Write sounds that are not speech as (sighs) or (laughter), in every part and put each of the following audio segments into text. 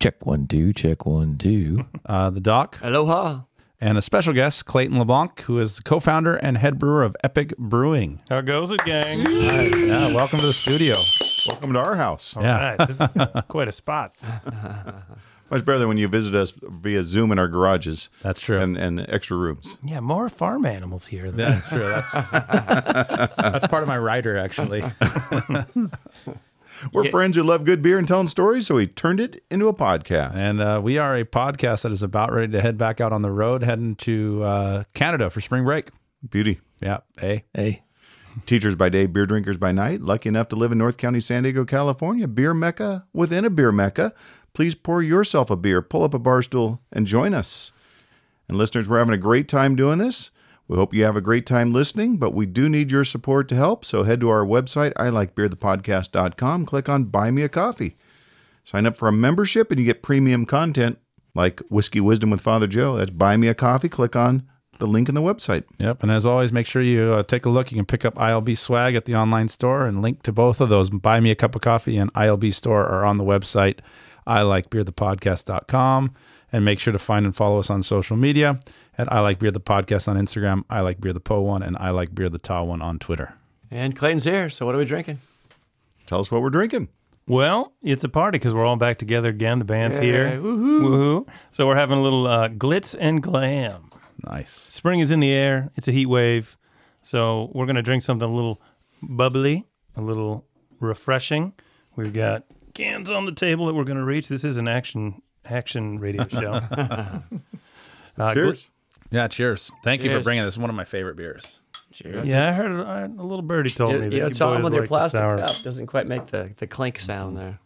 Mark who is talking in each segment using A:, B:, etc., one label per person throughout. A: Check one, two, check one, two.
B: Uh, the doc.
C: Aloha.
B: And a special guest, Clayton LeBlanc, who is the co founder and head brewer of Epic Brewing.
D: How goes it, gang?
B: Nice. Yeah, welcome to the studio.
E: Welcome to our house.
D: All yeah. Right. This is
B: (laughs)
D: quite a spot.
E: Much better than when you visit us via Zoom in our garages.
B: That's true.
E: And, and extra rooms.
D: Yeah, more farm animals here.
B: That's true. That's, that's part of my rider, actually.
E: We're yeah. friends who love good beer and telling stories, so we turned it into a podcast.
B: (laughs) And uh, we are a podcast that is about ready to head back out on the road, heading to uh, Canada for spring break.
E: Beauty.
B: Yeah. Hey.
A: Hey.
E: Teachers by day, beer drinkers by night. Lucky enough to live in North County, San Diego, California, beer mecca within a beer mecca. Please pour yourself a beer, pull up a bar stool, and join us. And listeners, we're having a great time doing this. We hope you have a great time listening, but we do need your support to help. So head to our website, ilikebeerthepodcast.com, click on Buy Me a Coffee. Sign up for a membership and you get premium content like Whiskey Wisdom with Father Joe. That's Buy Me a Coffee. Click on the link in the website.
B: Yep. And as always, make sure you uh, take a look. You can pick up ILB swag at the online store and link to both of those. Buy Me a Cup of Coffee and ILB store are on the website, ilikebeerthepodcast.com and make sure to find and follow us on social media at I Like Beer the Podcast on Instagram, I Like Beer the Po one, and I Like Beer the Ta one on Twitter.
C: And Clayton's here. So what are we drinking?
E: Tell us what we're drinking.
D: Well, it's a party because we're all back together again. The band's hey, here.
C: Woohoo.
D: woo-hoo. So we're having a little uh, glitz and glam.
B: Nice.
D: Spring is in the air. It's a heat wave. So we're going to drink something a little bubbly, a little refreshing. We've got cans on the table that we're going to reach. This is an action action radio
B: (laughs)
D: show.
E: uh, cheers.
B: yeah, cheers. Thank cheers. you for bringing this. One of my favorite beers.
C: Cheers.
D: Yeah, I heard I, a little birdie told
C: you,
D: me that
C: you know,
D: you
C: tell
D: boys
C: with
D: like
C: your
D: the
C: plastic
D: sour.
C: cup doesn't quite make the, the clink sound there.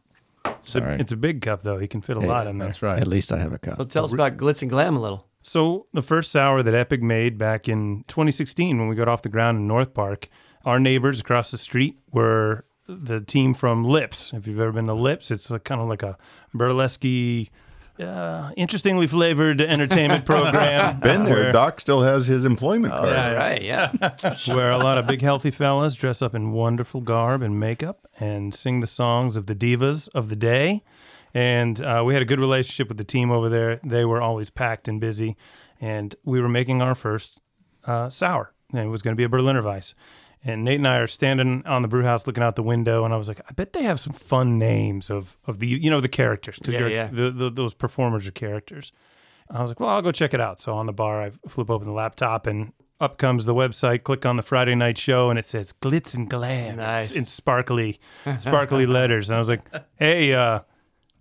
D: It's a, it's a big cup though. He can fit a
A: Hey,
D: lot in there.
B: That's right.
A: At least I have a cup.
C: So tell us about glitz and glam a little.
D: So the first sour that Epic made back in 2016, when we got off the ground in North Park, our neighbors across the street were the team from Lips. If you've ever been to Lips, it's a, kind of like a burlesque, uh, interestingly flavored
C: (laughs)
D: entertainment program.
E: Been there.
D: where,
E: Doc still has his employment card.
C: All right, Oh, yeah.
D: where a lot of big healthy fellas dress up in wonderful garb and makeup and sing the songs of the divas of the day. And uh, we had a good relationship with the team over there. They were always packed and busy, and we were making our first uh, sour, and it was going to be a Berliner Weiss. And Nate and I are standing on the brew house looking out the window, and I was like, I bet they have some fun names of of the you know the characters because
C: Yeah,
D: you're
C: yeah.
D: The, the, those performers are characters. I was like, well, I'll go check it out. So on the bar, I flip open the laptop and up comes the website. Click on the Friday night show and it says glitz and glam
C: Nice.
D: in sparkly, sparkly letters. And I was like, hey, uh,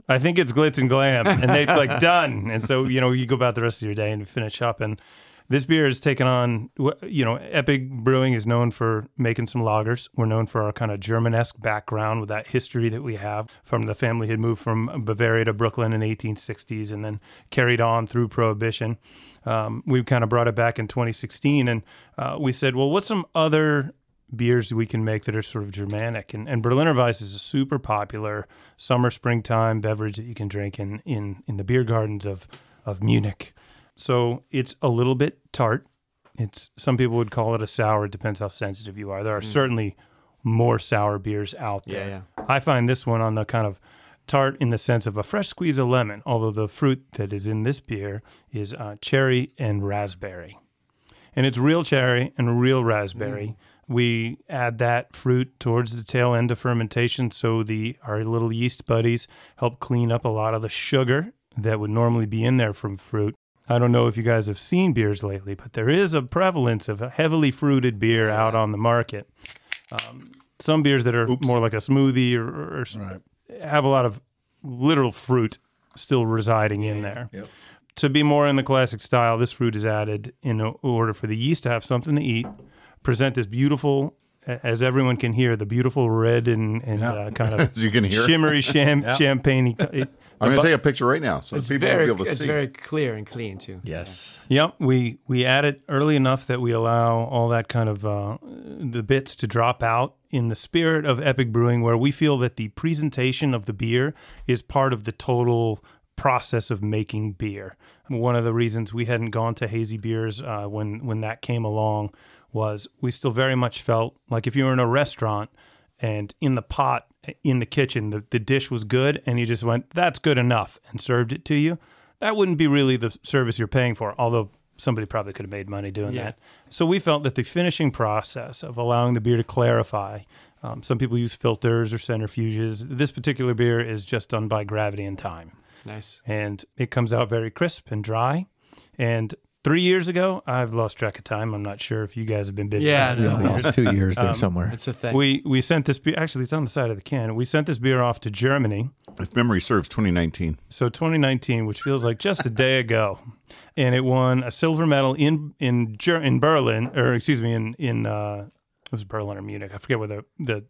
D: I think it's glitz and glam. And Nate's like, done. And so, you know, you go about the rest of your day and finish up. And this beer is taken on, wh- you know, Epic Brewing is known for making some lagers. We're known for our kind of Germanesque background with that history that we have from the family had moved from Bavaria to Brooklyn in the 1860s and then carried on through Prohibition. Um, we kind of brought it back in 2016 and uh, we said, well, what's some other beers we can make that are sort of Germanic. And, and Berliner Weiss is a super popular summer, springtime beverage that you can drink in, in, in the beer gardens of, of Munich. So it's a little bit tart. It's some people would call it a sour. It depends how sensitive you are. There are certainly more sour beers out there.
C: Mm. Yeah,
D: I find this one on the kind of tart in the sense of a fresh squeeze of lemon, although the fruit that is in this beer is uh, cherry and raspberry and it's real cherry and real raspberry.
C: Mm.
D: We add that fruit towards the tail end of fermentation, so the our little yeast buddies help clean up a lot of the sugar that would normally be in there from fruit. I don't know if you guys have seen beers lately, but there is a prevalence of a heavily fruited beer out on the market. Um, some beers that are more like a smoothie or, or- or s- have a lot of literal fruit still residing in there to be more in the classic style, this fruit is added in o- order for the yeast to have something to eat, present this beautiful, a- as everyone
E: (laughs)
D: can hear, the beautiful red and, and uh, kind of
E: As you can hear. (laughs)
D: shimmery, sham, champagne
E: I'm going to take a picture right now so
C: It's
E: people
C: very,
E: will be able to
C: it's
E: see.
C: very clear and clean too.
A: Yes.
D: Yep, we we add it early enough that we allow all that kind of uh, the bits to drop out in the spirit of epic brewing, where we feel that the presentation of the beer is part of the total process of making beer. One of the reasons we hadn't gone to hazy beers uh, when when that came along was we still very much felt like if you were in a restaurant and in the pot in the kitchen the, the dish was good and you just went that's good enough and served it to you that wouldn't be really the service you're paying for, although somebody probably could have made money doing
C: Yeah.
D: that. So we felt that the finishing process of allowing the beer to clarify. Um, some people use filters or centrifuges. This particular beer is just done by gravity and time,
C: Nice.
D: and it comes out very crisp and dry. And three years ago, I've lost track of time. I'm not sure if you guys have been busy.
C: Yeah, I know.
A: I lost two years there somewhere.
C: It's a thing.
D: We we sent this beer. Actually, it's on the side of the can. We sent this beer off to Germany.
E: if memory serves, 2019.
D: So 2019, which feels like just a day ago, and it won a silver medal in in Ger- in Berlin, or excuse me, in in uh, it was Berlin or Munich. I forget where the the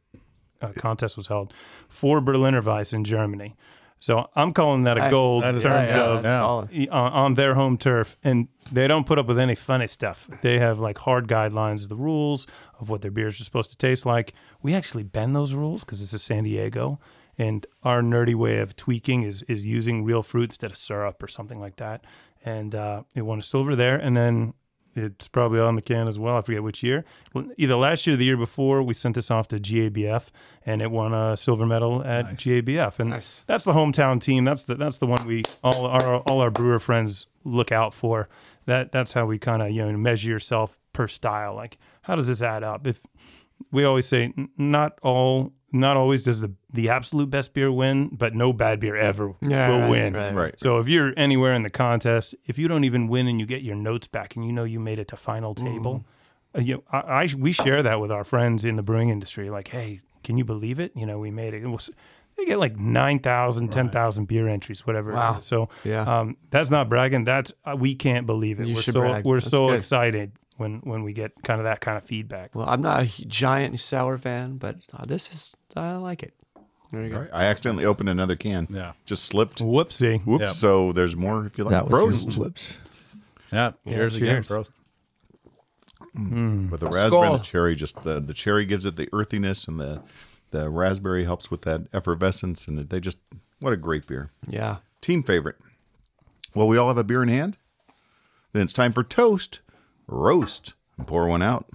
D: uh, contest was held for Berliner Weiss in Germany. So I'm calling that a
C: Nice.
D: gold
B: That
D: in
B: is
D: terms
B: nice.
D: of
B: Yeah.
C: solid.
D: e, on, on their home turf, and they don't put up with any funny stuff. They have like hard guidelines of the rules of what their beers are supposed to taste like. We actually bend those rules because this is San Diego, and our nerdy way of tweaking is is using real fruit instead of syrup or something like that. And uh, it won a silver there, and then it's probably on the can as well. I forget which year. Well, either last year or the year before, we sent this off to GABF, and it won a silver medal at GABF. And
C: Nice.
D: that's the hometown team. That's the that's the one we all our all our brewer friends look out for. That that's how we kind of you know measure yourself per style. Like how does this add up? If we always say n- not all not always does the the absolute best beer win, but no bad beer ever
C: Yeah,
D: will
C: right,
D: win.
C: right.
E: Right.
D: So if you're anywhere in the contest, if you don't even win and you get your notes back and you know you made it to final table,
C: Mm.
D: uh, you know, I, I we share that with our friends in the brewing industry. Like, hey, can you believe it? You know, we made it. And we'll s- they get like 9,000, 10,000 beer entries, whatever. it
C: Wow.
D: is. So
C: Yeah.
D: um, that's not bragging. That's uh, we can't believe it.
C: You
D: we're
C: should
D: so
C: brag.
D: we're
C: That's
D: so
C: good.
D: excited when when we get kind of that kind of feedback.
C: well, I'm not a hu- giant sour fan, but uh, this is I like it. There you go.
E: All right. I accidentally opened another can.
B: Yeah.
E: Just slipped.
D: Whoopsie.
E: Whoops.
B: Yeah.
E: So there's more if you like.
A: That was
E: Prost
A: your whoops.
B: Yeah. Cheers, again,
D: cheers.
B: Prost.
E: with the raspberry and
C: Skull.
E: the cherry. Just the, the cherry gives it the earthiness, and the the raspberry helps with that effervescence. And they just what a great beer.
C: Yeah.
E: Team favorite. Well, we all have a beer in hand. Then it's time for toast, roast, and pour one out.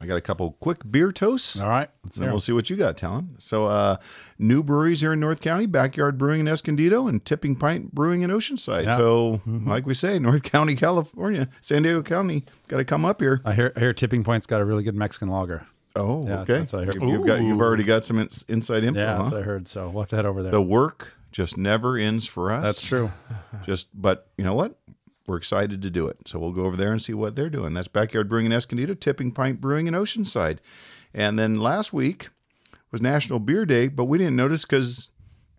E: I got a couple quick beer toasts.
B: All right. Let's
E: And
B: hear
E: we'll
B: 'em.
E: see what you got, Talon. So, uh, new breweries here in North County, Backyard Brewing in Escondido, and Tipping Pint Brewing in Oceanside.
B: Yeah. Mm-hmm.
E: So, like we say, North County, California, San Diego County, got to come up here.
B: I hear, I hear Tipping Point's got a really good Mexican lager.
E: Oh,
B: Yeah,
E: okay.
B: that's what I heard.
E: You've, you've got, you've already got some ins- inside info.
B: Yeah,
E: huh?
B: that's what I heard. So we'll have to head over there.
E: The work just never ends for us.
B: That's true.
E: Just, but you know what? We're excited to do it. So we'll go over there and see what they're doing. That's Backyard Brewing in Escondido, Tipping Pint Brewing in Oceanside. And then last week was National Beer Day, but we didn't notice because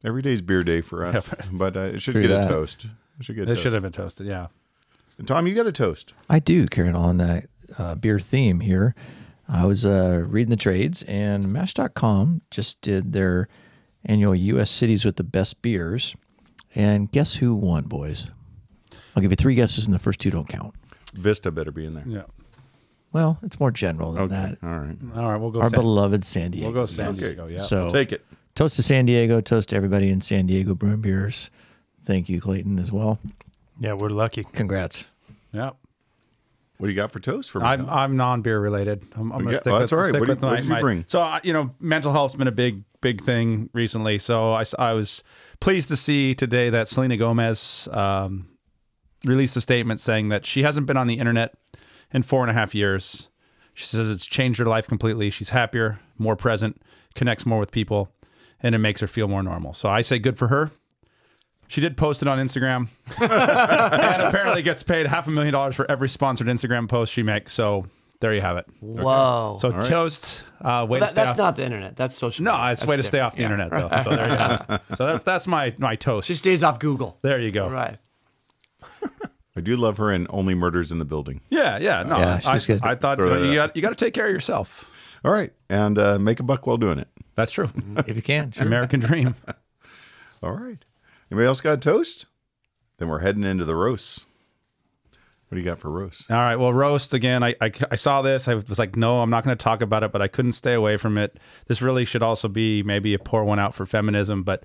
E: every day's beer day for us. but uh, it should
A: True
E: get a
A: that.
E: toast. It should get a
B: It
E: toast.
B: should have been toasted. Yeah.
E: And Tom, you got a toast.
A: I do, Karen, on that uh, beer theme here. I was uh, reading the trades, and Match.com just did their annual U.S. cities with the best beers. And guess who won, boys? I'll give you three guesses, and the first two don't count.
E: Vista better be in there.
B: Yeah.
A: Well, it's more general than that.
E: All right.
B: All right. We'll go.
A: Our
B: San,
A: beloved San Diego.
B: we'll go San Diego. Yeah.
A: So
E: Take it.
A: toast to San Diego. Toast to everybody in San Diego brewing beers. Thank you, Clayton, as well.
D: Yeah, we're lucky.
B: (laughs)
A: Congrats.
B: yeah.
E: What do you got for toast for me?
B: I'm
E: Tom?
B: I'm non beer related. I'm, I'm gonna
E: Yeah,
B: stick
E: well,
B: with,
E: that's all right.
B: stick
E: What do you-
B: with my-
E: what did you
B: my-
E: bring?
B: So I- you know, mental health's been a big big thing recently. So I, s- I was pleased to see today that Selena Gomez um, released a statement saying that she hasn't been on the internet in four and a half years. She says it's changed her life completely. She's happier, more present, connects more with people, and it makes her feel more normal. So I say good for her. She did post it on Instagram (laughs) and apparently gets paid half a million dollars for every sponsored Instagram post she makes. So there you have it.
C: Whoa.
B: So toast. Uh, way to
C: that,
B: stay
C: that's
B: off.
C: not the internet. That's
B: (laughs)
C: social.
B: no,
C: media.
B: it's
C: That's
B: way to stay off the
C: different.
B: internet though. So, there you
C: (laughs)
B: have it. so that's that's my my toast.
C: She stays off Google.
B: there you go.
C: Right.
E: I do love her in Only Murders in the Building.
B: Yeah, yeah. No,
A: Yeah, she's
B: I,
A: good.
B: I thought
E: Throw that
B: you
E: out.
B: got you got to take care of yourself.
E: All right, and uh, make a buck while doing it.
B: That's true.
A: if you can. Sure.
E: (laughs)
B: American dream.
E: All right. Anybody else got a toast? Then we're heading into the roast. What do you got for roast?
B: All right. Well, roast again. I, I, I saw this. I was like, no, I'm not going to talk about it, but I couldn't stay away from it. This really should also be maybe a pour one out for feminism. But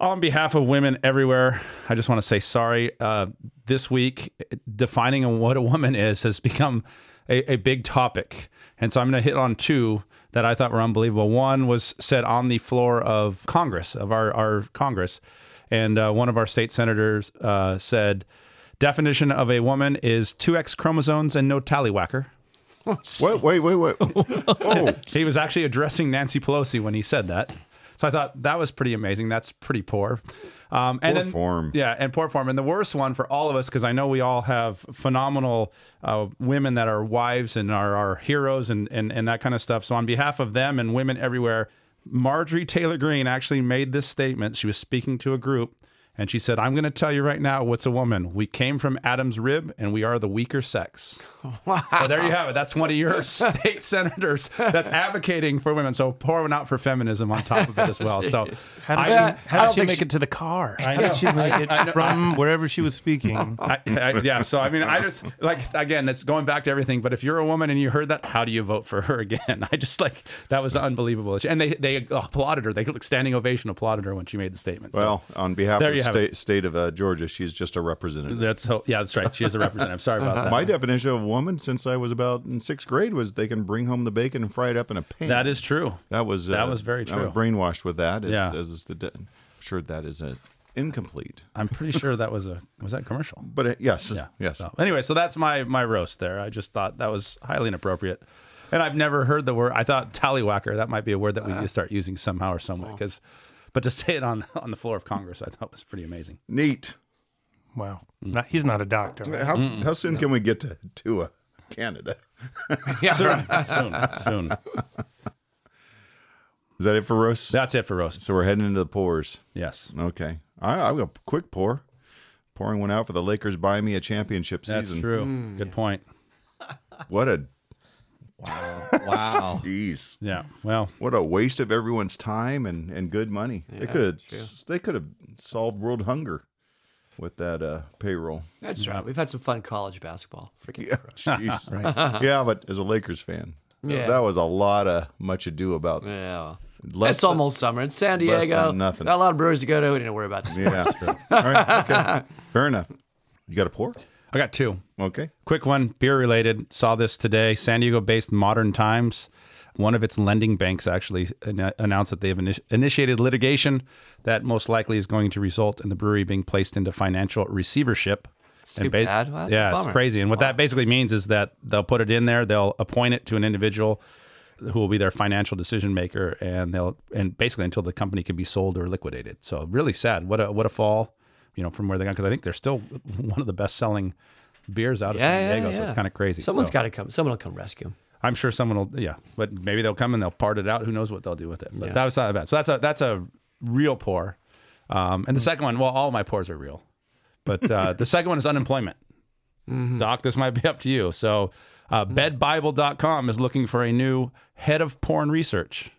B: on behalf of women everywhere, I just want to say sorry. Uh, this week, defining what a woman is has become a, a big topic. And so I'm going to hit on two that I thought were unbelievable. One was said on the floor of Congress, of our, our Congress. And uh, one of our state senators uh, said, Definition of a woman is two X chromosomes and no tallywhacker.
E: Wait, wait, wait,
B: (laughs)
E: wait. Whoa.
B: He was actually addressing Nancy Pelosi when he said that. So I thought that was pretty amazing. That's pretty poor. Um, and
E: Poor
B: then,
E: form.
B: Yeah, and poor form. And the worst one for all of us, because I know we all have phenomenal uh, women that are wives and are our heroes and, and, and that kind of stuff. So, on behalf of them and women everywhere, Marjorie Taylor Greene actually made this statement. She was speaking to a group and she said, I'm going to tell you right now what's a woman. We came from Adam's rib and we are the weaker sex. Well, there you have it. That's one of your (laughs) state senators that's advocating for women. So pouring out for feminism on top of it as well. So
D: How did
B: I-
D: she,
B: I
D: how
B: don't
D: did she
B: think
D: make
B: she-
D: it to the car? How did she make it from wherever she was speaking?
B: (laughs) I, I, yeah. So I mean, I just like again, it's going back to everything. But if you're a woman and you heard that, how do you vote for her (laughs) again? I just like that was unbelievable. And they they applauded her. They like standing ovation applauded her when she made the statement. So
E: Well, on behalf
B: There
E: of the
B: you have
E: state, state of uh, Georgia, she's just a representative.
B: that's ho- yeah, that's right. She is a representative. Sorry about that.
E: My definition of a woman since I was about in sixth grade was they can bring home the bacon and fry it up in a pan.
B: that is true.
E: that was uh,
B: that was very
E: I was
B: true.
E: brainwashed with that. As,
B: Yeah.
E: as is the de- I'm sure that is a incomplete.
B: I'm pretty sure that was a was that commercial.
E: But it, yes,
B: Yeah.
E: yes.
B: So, anyway, so that's my my roast there. I just thought that was highly inappropriate. And I've never heard the word. I thought tallywhacker. That might be a word that we need to start using somehow or some way. Because, but to say it on on the floor of Congress, I thought was pretty amazing.
E: Neat.
D: Wow. Not, he's not a doctor. right?
E: How how soon can we get to to uh, Canada?
B: Soon, soon, soon.
E: Is that it for roast?
B: That's it for roast.
E: So we're heading into the pours.
B: Yes,
E: Okay. I, I've got a quick pour. Pouring one out for the Lakers buy me a championship
B: that's
E: season.
B: true. Good point.
E: What a
A: Wow.
E: geez.
B: Yeah. Well,
E: What a waste of everyone's time and, and good money. they could have they could have solved world hunger with that uh, payroll. (laughs)
C: That's right. We've had some fun college basketball. Freaking
E: Yeah,
B: (laughs)
E: jeez. (laughs) yeah, but as a Lakers fan, yeah.
C: Yeah.
E: that was a lot of much ado about.
C: yeah.
E: Less
C: it's
E: than-
C: almost summer in San
E: less than
C: Diego.
E: nothing.
C: Got a lot of breweries to go to. We didn't worry about (laughs)
E: (laughs)
C: this.
E: Yeah, (laughs) all right, okay, fair enough. You got a pour?
B: I got two.
E: Okay,
B: Quick one, beer related. Saw this today. San Diego based Modern Times, one of its lending banks actually an- announced that they have initi- initiated litigation that most likely is going to result in the brewery being placed into financial receivership.
C: It's too bad. Well, that's a
B: yeah, it's
C: bummer.
B: crazy. And what that basically means is that they'll put it in there, they'll appoint it to an individual who will be their financial decision maker, and they'll and basically until the company can be sold or liquidated. So really sad. What a what a fall, you know, from where they got because I think they're still (laughs) one of the best selling beers out of
C: Yeah,
B: San
C: yeah,
B: Diego. So it's
C: yeah.
B: kind of crazy.
C: Someone's
B: so
C: got to come. Someone will come rescue him.
B: I'm sure someone will. Yeah, but maybe they'll come and they'll part it out. Who knows what they'll do with it? But that was not bad. So that's a that's a real pour. Um, and the second one, well, all my pours are real, but uh, the second one is unemployment. Doc, this might be up to you. So, uh, bedbible.com is looking for a new head of porn research,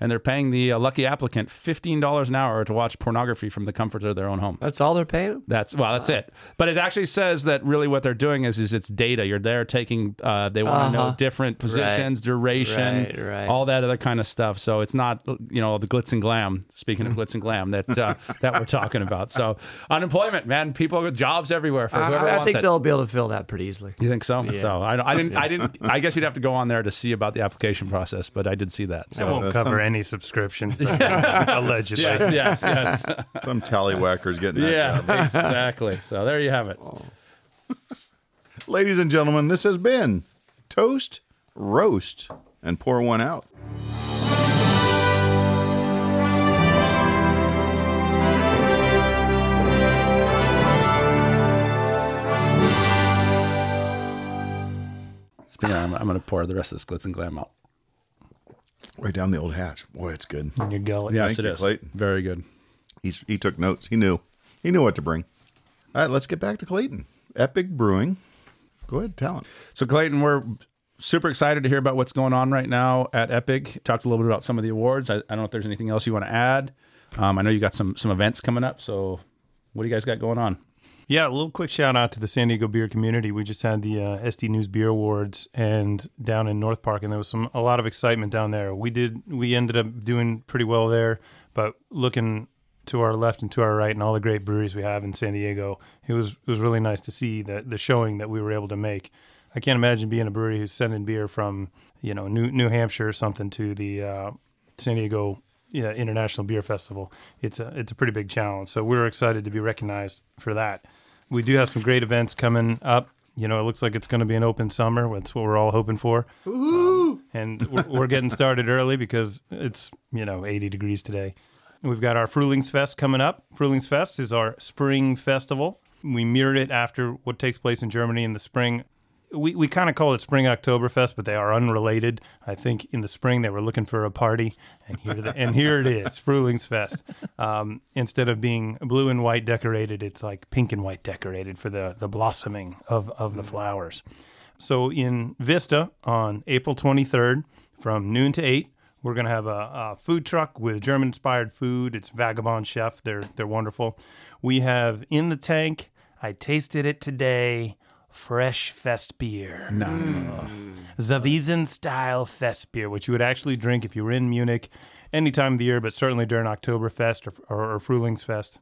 B: and they're paying the uh, lucky applicant $15 an hour to watch pornography from the comfort of their own home.
C: That's all they're paying. him?
B: That's well, that's it. But it actually says that really what they're doing is is it's data. You're there taking. Uh, they want to know different positions, duration,
C: Uh-huh. Right, right.
B: all that other kind of stuff. So it's not you know the glitz and glam. Speaking
C: (laughs)
B: of glitz and glam, that uh, that we're talking about. So unemployment, man, people with jobs everywhere for whoever
C: I, I
B: wants
C: think
B: it.
C: they'll be able to fill that pretty easily.
B: You think so? So I, don't- I didn't. I didn't. I guess you'd have to go on there to see about the application process, but I did see that.
D: That
C: (laughs)
B: So.
D: won't cover any (laughs) subscriptions, but allegedly.
B: Yes, yes, yes.
C: (laughs)
E: some tallywhackers getting that job.
B: yeah, exactly. So there you have it.
E: Ladies and gentlemen, this has been Toast, Roast, and Pour One Out.
B: Speaking of, I'm, I'm going to pour the rest of this glitz and glam out.
E: Right down the old hatch. Boy, it's good.
D: In your gullet.
B: Yes,
E: Thank
B: it
E: you,
B: is.
E: Clayton.
B: Very good.
E: He's, he took notes. He knew. He knew what to bring. All right, let's get back to Clayton Epic Brewing. Go ahead, talent.
B: So Clayton, we're super excited to hear about what's going on right now at Epic. Talked a little bit about some of the awards. I, I don't know if there's anything else you want to add. Um, I know you got some some events coming up. So what do you guys got going on?
D: Yeah, a little quick shout out to the San Diego beer community. We just had the uh, SD News Beer Awards and down in North Park, and there was some a lot of excitement down there. We did we ended up doing pretty well there, but looking to our left and to our right, and all the great breweries we have in San Diego, it was it was really nice to see the the showing that we were able to make. I can't imagine being a brewery who's sending beer from you know New New Hampshire or something to the uh, San Diego yeah, International Beer Festival. It's a it's a pretty big challenge. So we're excited to be recognized for that. We do have some great events coming up. You know, it looks like it's going to be an open summer. That's what we're all hoping for. Um, and we're, we're getting started early because it's you know 80 degrees today. We've got our Fruelings Fest coming up. Fruelings Fest is our spring festival. We mirrored it after what takes place in Germany in the spring we, we kind of call it Spring Oktoberfest, but they are unrelated. I think in the spring they were looking for a party, and here the, and here it is, Frühlings Fest. Um, instead of being blue and white decorated, it's like pink and white decorated for the the blossoming of of the flowers. So in Vista on April 23rd, from noon to eight, we're gonna have a, a food truck with German inspired food. It's Vagabond Chef. They're they're wonderful. We have in the tank. I tasted it today. Fresh Fest beer.
B: No. Oh,
D: Zavizen style Fest beer, which you would actually drink if you were in Munich any time of the year, but certainly during Oktoberfest or, or, or Frühlingsfest.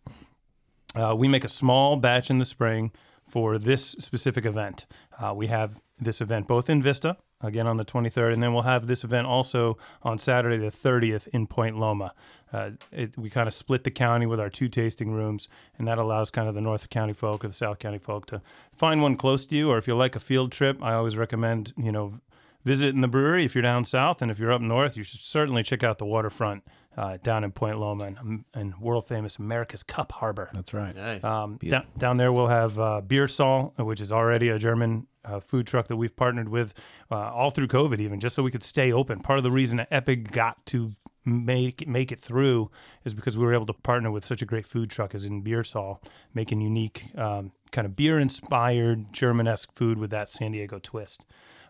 D: Uh, we make a small batch in the spring for this specific event. Uh, we have this event both in Vista, again on the 23rd, and then we'll have this event also on Saturday the 30th in Point Loma. Uh, it, we kind of split the county with our two tasting rooms, and that allows kind of the North County folk or the South County folk to find one close to you, or if you like a field trip, I always recommend, you know, visiting the brewery if you're down south, and if you're up north, you should certainly check out the waterfront uh, down in Point Loma and, and world famous America's Cup Harbor.
B: That's right.
C: Nice.
D: Um, down, down there, we'll have uh, Beer Saal, which is already a German uh, food truck that we've partnered with uh, all through COVID, even just so we could stay open. Part of the reason that Epic got to make make it through is because we were able to partner with such a great food truck as in Beer Saal, making unique um, kind of beer inspired German esque food with that San Diego twist.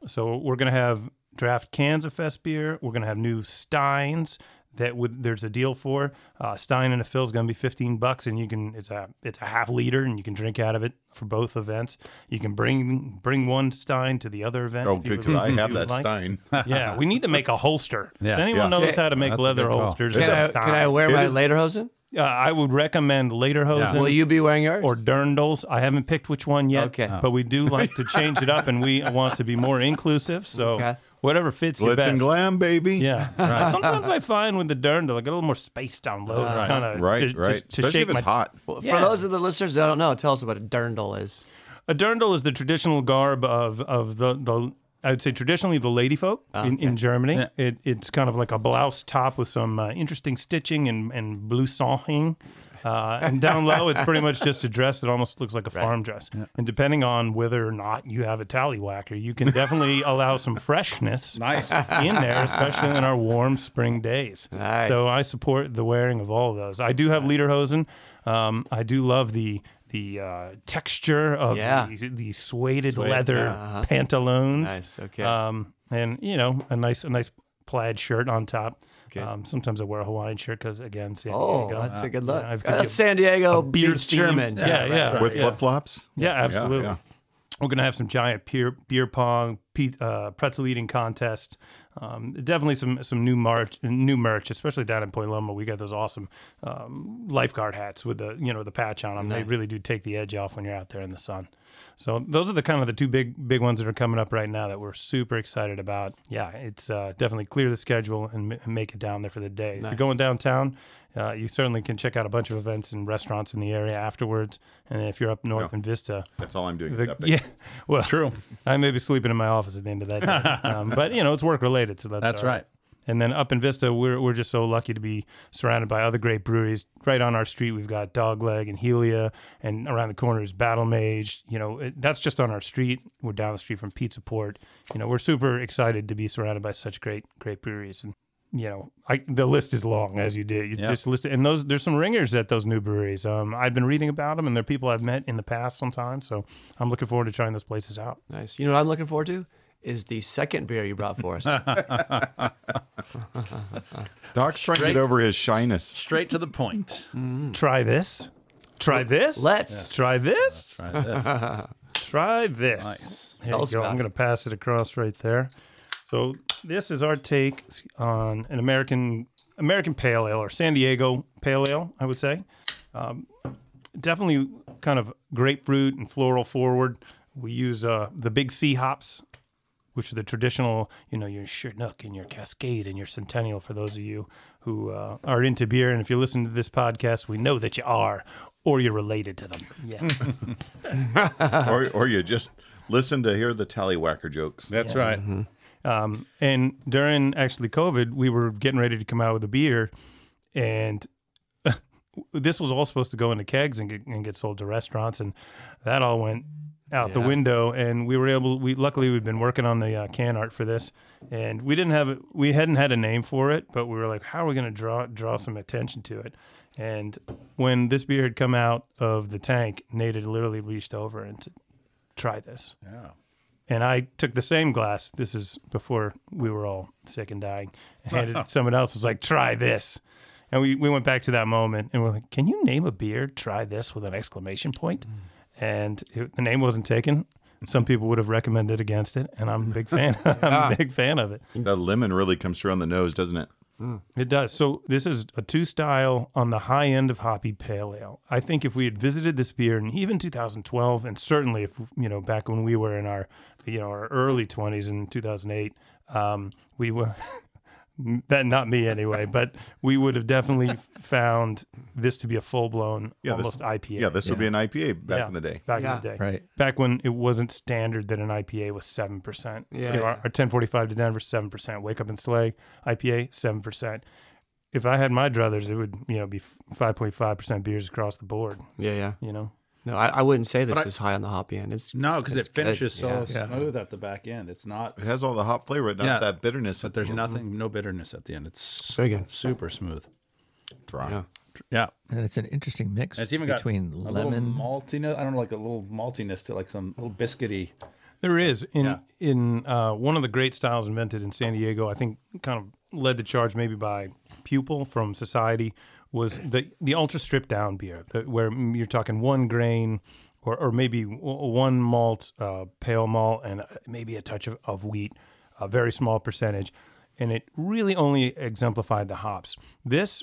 D: So we're gonna have draft cans of Fest beer. We're gonna have new steins that would there's a deal for uh, Stein and a fill is going to be 15 bucks and you can it's a it's a half liter and you can drink out of it for both events you can bring bring one Stein to the other event
E: Oh,
D: if you would-
E: because I
D: if
E: (laughs) have
D: you would
E: that
D: like.
E: Stein.
D: yeah we need to make a holster
B: Yeah.
D: if anyone
E: Yeah.
D: knows how to make
B: That's a
D: leather
B: good call.
D: holsters
C: Can
D: it's
C: I,
D: a Stein.
C: can I wear
E: It
C: my
E: is-
C: lederhosen?
D: uh, I would recommend Lederhosen
C: Will you be wearing yours?
D: or dirndls I haven't picked which one yet
C: Okay.
D: but we do like to change it up and
C: (laughs)
D: we want to be more inclusive so
C: Okay.
D: whatever fits you
E: Glitz
D: best
E: and glam, baby.
D: yeah. Sometimes I find with the dirndl, I get a little more space down low. kind of
E: Right,
D: to,
E: right.
D: To, to
E: Especially
D: shake
E: if it's
D: my,
E: hot.
C: Well,
D: yeah.
C: For those of the listeners that don't know, tell us what a dirndl is.
D: A dirndl is the traditional garb of of the the. I would say traditionally the lady folk in, in Germany. It, it's kind of like a blouse top with some uh, interesting stitching and and blousoning. Uh, and down low, it's pretty much just a dress that almost looks like a farm dress. And depending on whether or not you have a tallywhacker, you can definitely allow some freshness
B: Nice.
D: in there, especially in our warm spring days.
C: Nice.
D: So I support the wearing of all of those. I do have lederhosen. Um, I do love the the uh, texture of
C: Yeah. uh-huh.
D: the, the suede leather pantaloons.
C: Nice. Okay.
D: Um, and you know, a nice a nice plaid shirt on top.
C: Okay.
D: Um, sometimes I wear a Hawaiian shirt because again, San
C: oh,
D: Diego.
C: that's a
D: Uh,
C: good
D: Yeah,
C: look.
D: I've got
C: that's San Diego
D: beer
C: beats
D: themed-
C: German.
D: Yeah, yeah, yeah.
E: With flip flops.
D: absolutely.
E: yeah.
D: We're gonna have some giant beer, beer pong, pe- uh, pretzel eating contest. Um, definitely some some new merch, new merch, especially down in Point Loma. We got those awesome um, lifeguard hats with the you know the patch on them. They really do take the edge off when you're out there in the sun. So those are the kind of the two big big ones that are coming up right now that we're super excited about. Yeah, it's uh, definitely clear the schedule and m- make it down there for the day. If you're going downtown, uh, you certainly can check out a bunch of events and restaurants in the area afterwards. And if you're up north in Vista,
E: That's all I'm doing.
D: the-
E: is epic.
D: (laughs) yeah, well, true. I may be sleeping in my office at the end of that
B: (laughs)
D: day, um, but you know it's work related, so
B: (laughs)
D: that's,
B: That's
D: all
B: right.
D: And then up in Vista, we're we're just so lucky to be surrounded by other great breweries. Right on our street, we've got Dogleg and Helia, and around the corner is Battle Mage. You know, it, that's just on our street. We're down the street from Pizza Port. You know, we're super excited to be surrounded by such great great breweries, and you know, I, the list is long as you did. You
B: Yeah.
D: just list it. And those there's some ringers at those new breweries. Um, I've been reading about them, and they're people I've met in the past sometimes. So I'm looking forward to trying those places out.
C: Nice. You know what I'm looking forward to? Is the second beer you brought for us.
E: Doc's trying to get over his (laughs) shyness.
B: Straight to the point.
D: Try this. Try this.
C: Let's.
D: try this.
B: All right, that's-
D: Try this.
B: Nice.
D: There
C: Tell
D: you
C: us
D: go.
C: about
D: I'm
C: it.
D: going to pass it across right there. So this is our take on an American American Pale Ale or San Diego Pale Ale, I would say. Um, definitely kind of grapefruit and floral forward. We use uh, the big C hops, which are the traditional, you know, your Chinook and your Cascade and your Centennial for those of you who uh, are into beer. And if you listen to this podcast, we know that you are or you're related to them.
C: Hmm.
D: Yeah.
E: or, or you just listen to hear the tallywhacker jokes.
B: that's right.
C: Mm-hmm.
D: Um, and during actually COVID, we were getting ready to come out with a beer, and (laughs) this was all supposed to go into kegs and get, and get sold to restaurants, and that all went out the window. And we were able. We luckily we've been working on the uh, can art for this, and we didn't have we hadn't had a name for it, but we were like, how are we going to draw draw some attention to it? And when this beer had come out of the tank, Nate had literally reached over and said, try this and I took the same glass. This is before we were all sick and dying. And handed it to someone else. Was like, try this. And we, we went back to that moment and we're like, can you name a beer? Try this with an exclamation point. And it, the name wasn't taken. Some people would have recommended against it, and I'm a big fan. (laughs) I'm a big fan of it.
E: That lemon really comes through on the nose, doesn't it?
D: It does. So this is a two style on the high end of hoppy pale ale. I think if we had visited this beer in even 2012, and certainly if you know back when we were in our you know our early 20s in 2008, um, we were (laughs) that not me anyway, but we would have definitely found this to be a full blown
E: Yeah, this-
D: almost IPA.
E: Yeah, this would be an IPA back
D: Yeah,
E: in the day.
D: Back
C: Yeah.
D: in the day,
A: Right.
D: Back when it wasn't standard that an IPA was seven percent.
C: Yeah.
D: our, our ten forty five to Denver seven percent. Wake up and slay IPA seven percent. If I had my druthers, it would you know be five point five percent beers across the board.
C: Yeah, yeah.
D: You know,
C: No, I, I wouldn't say this
B: But I-
C: is high on the hoppy end. It's
B: No, because
C: It's
B: it finishes
C: good,
B: so
C: yeah.
B: smooth at the back end. It's not.
E: It has all the hop flavor, not
B: Yeah.
E: that bitterness.
B: But there's nothing, no bitterness at the end. It's
C: Mm-hmm. Very good.
B: super smooth.
E: dry.
C: yeah.
B: Yeah,
A: And it's an interesting mix
B: it's even got
A: between
B: a
A: lemon.
B: little maltiness. I don't know, like a little maltiness to like some little biscuity.
D: there is in
B: Yeah.
D: in uh, one of the great styles invented in San Diego. I think kind of led the charge maybe by pupil from Society was the the ultra stripped down beer the, where you're talking one grain. Or, or maybe w- one malt, uh, pale malt, and maybe a touch of, of wheat, a very small percentage. And it really only exemplified the hops. This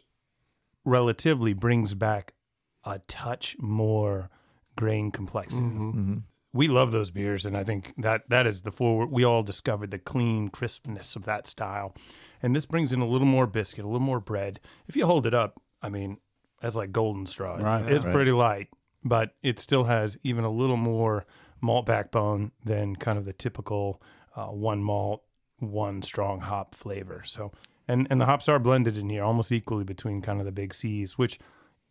D: relatively brings back a touch more grain complexity.
B: Mm-hmm.
D: We love those beers, and I think that that is the forward. We all discovered the clean crispness of that style, and this brings in a little more biscuit, a little more bread. If you hold it up, I mean, that's like golden straw. It's,
B: Right,
D: it's
B: right.
D: pretty light, but it still has even a little more malt backbone than kind of the typical uh, one malt, one strong hop flavor. So, and and the hops are blended in here almost equally between kind of the big C's, which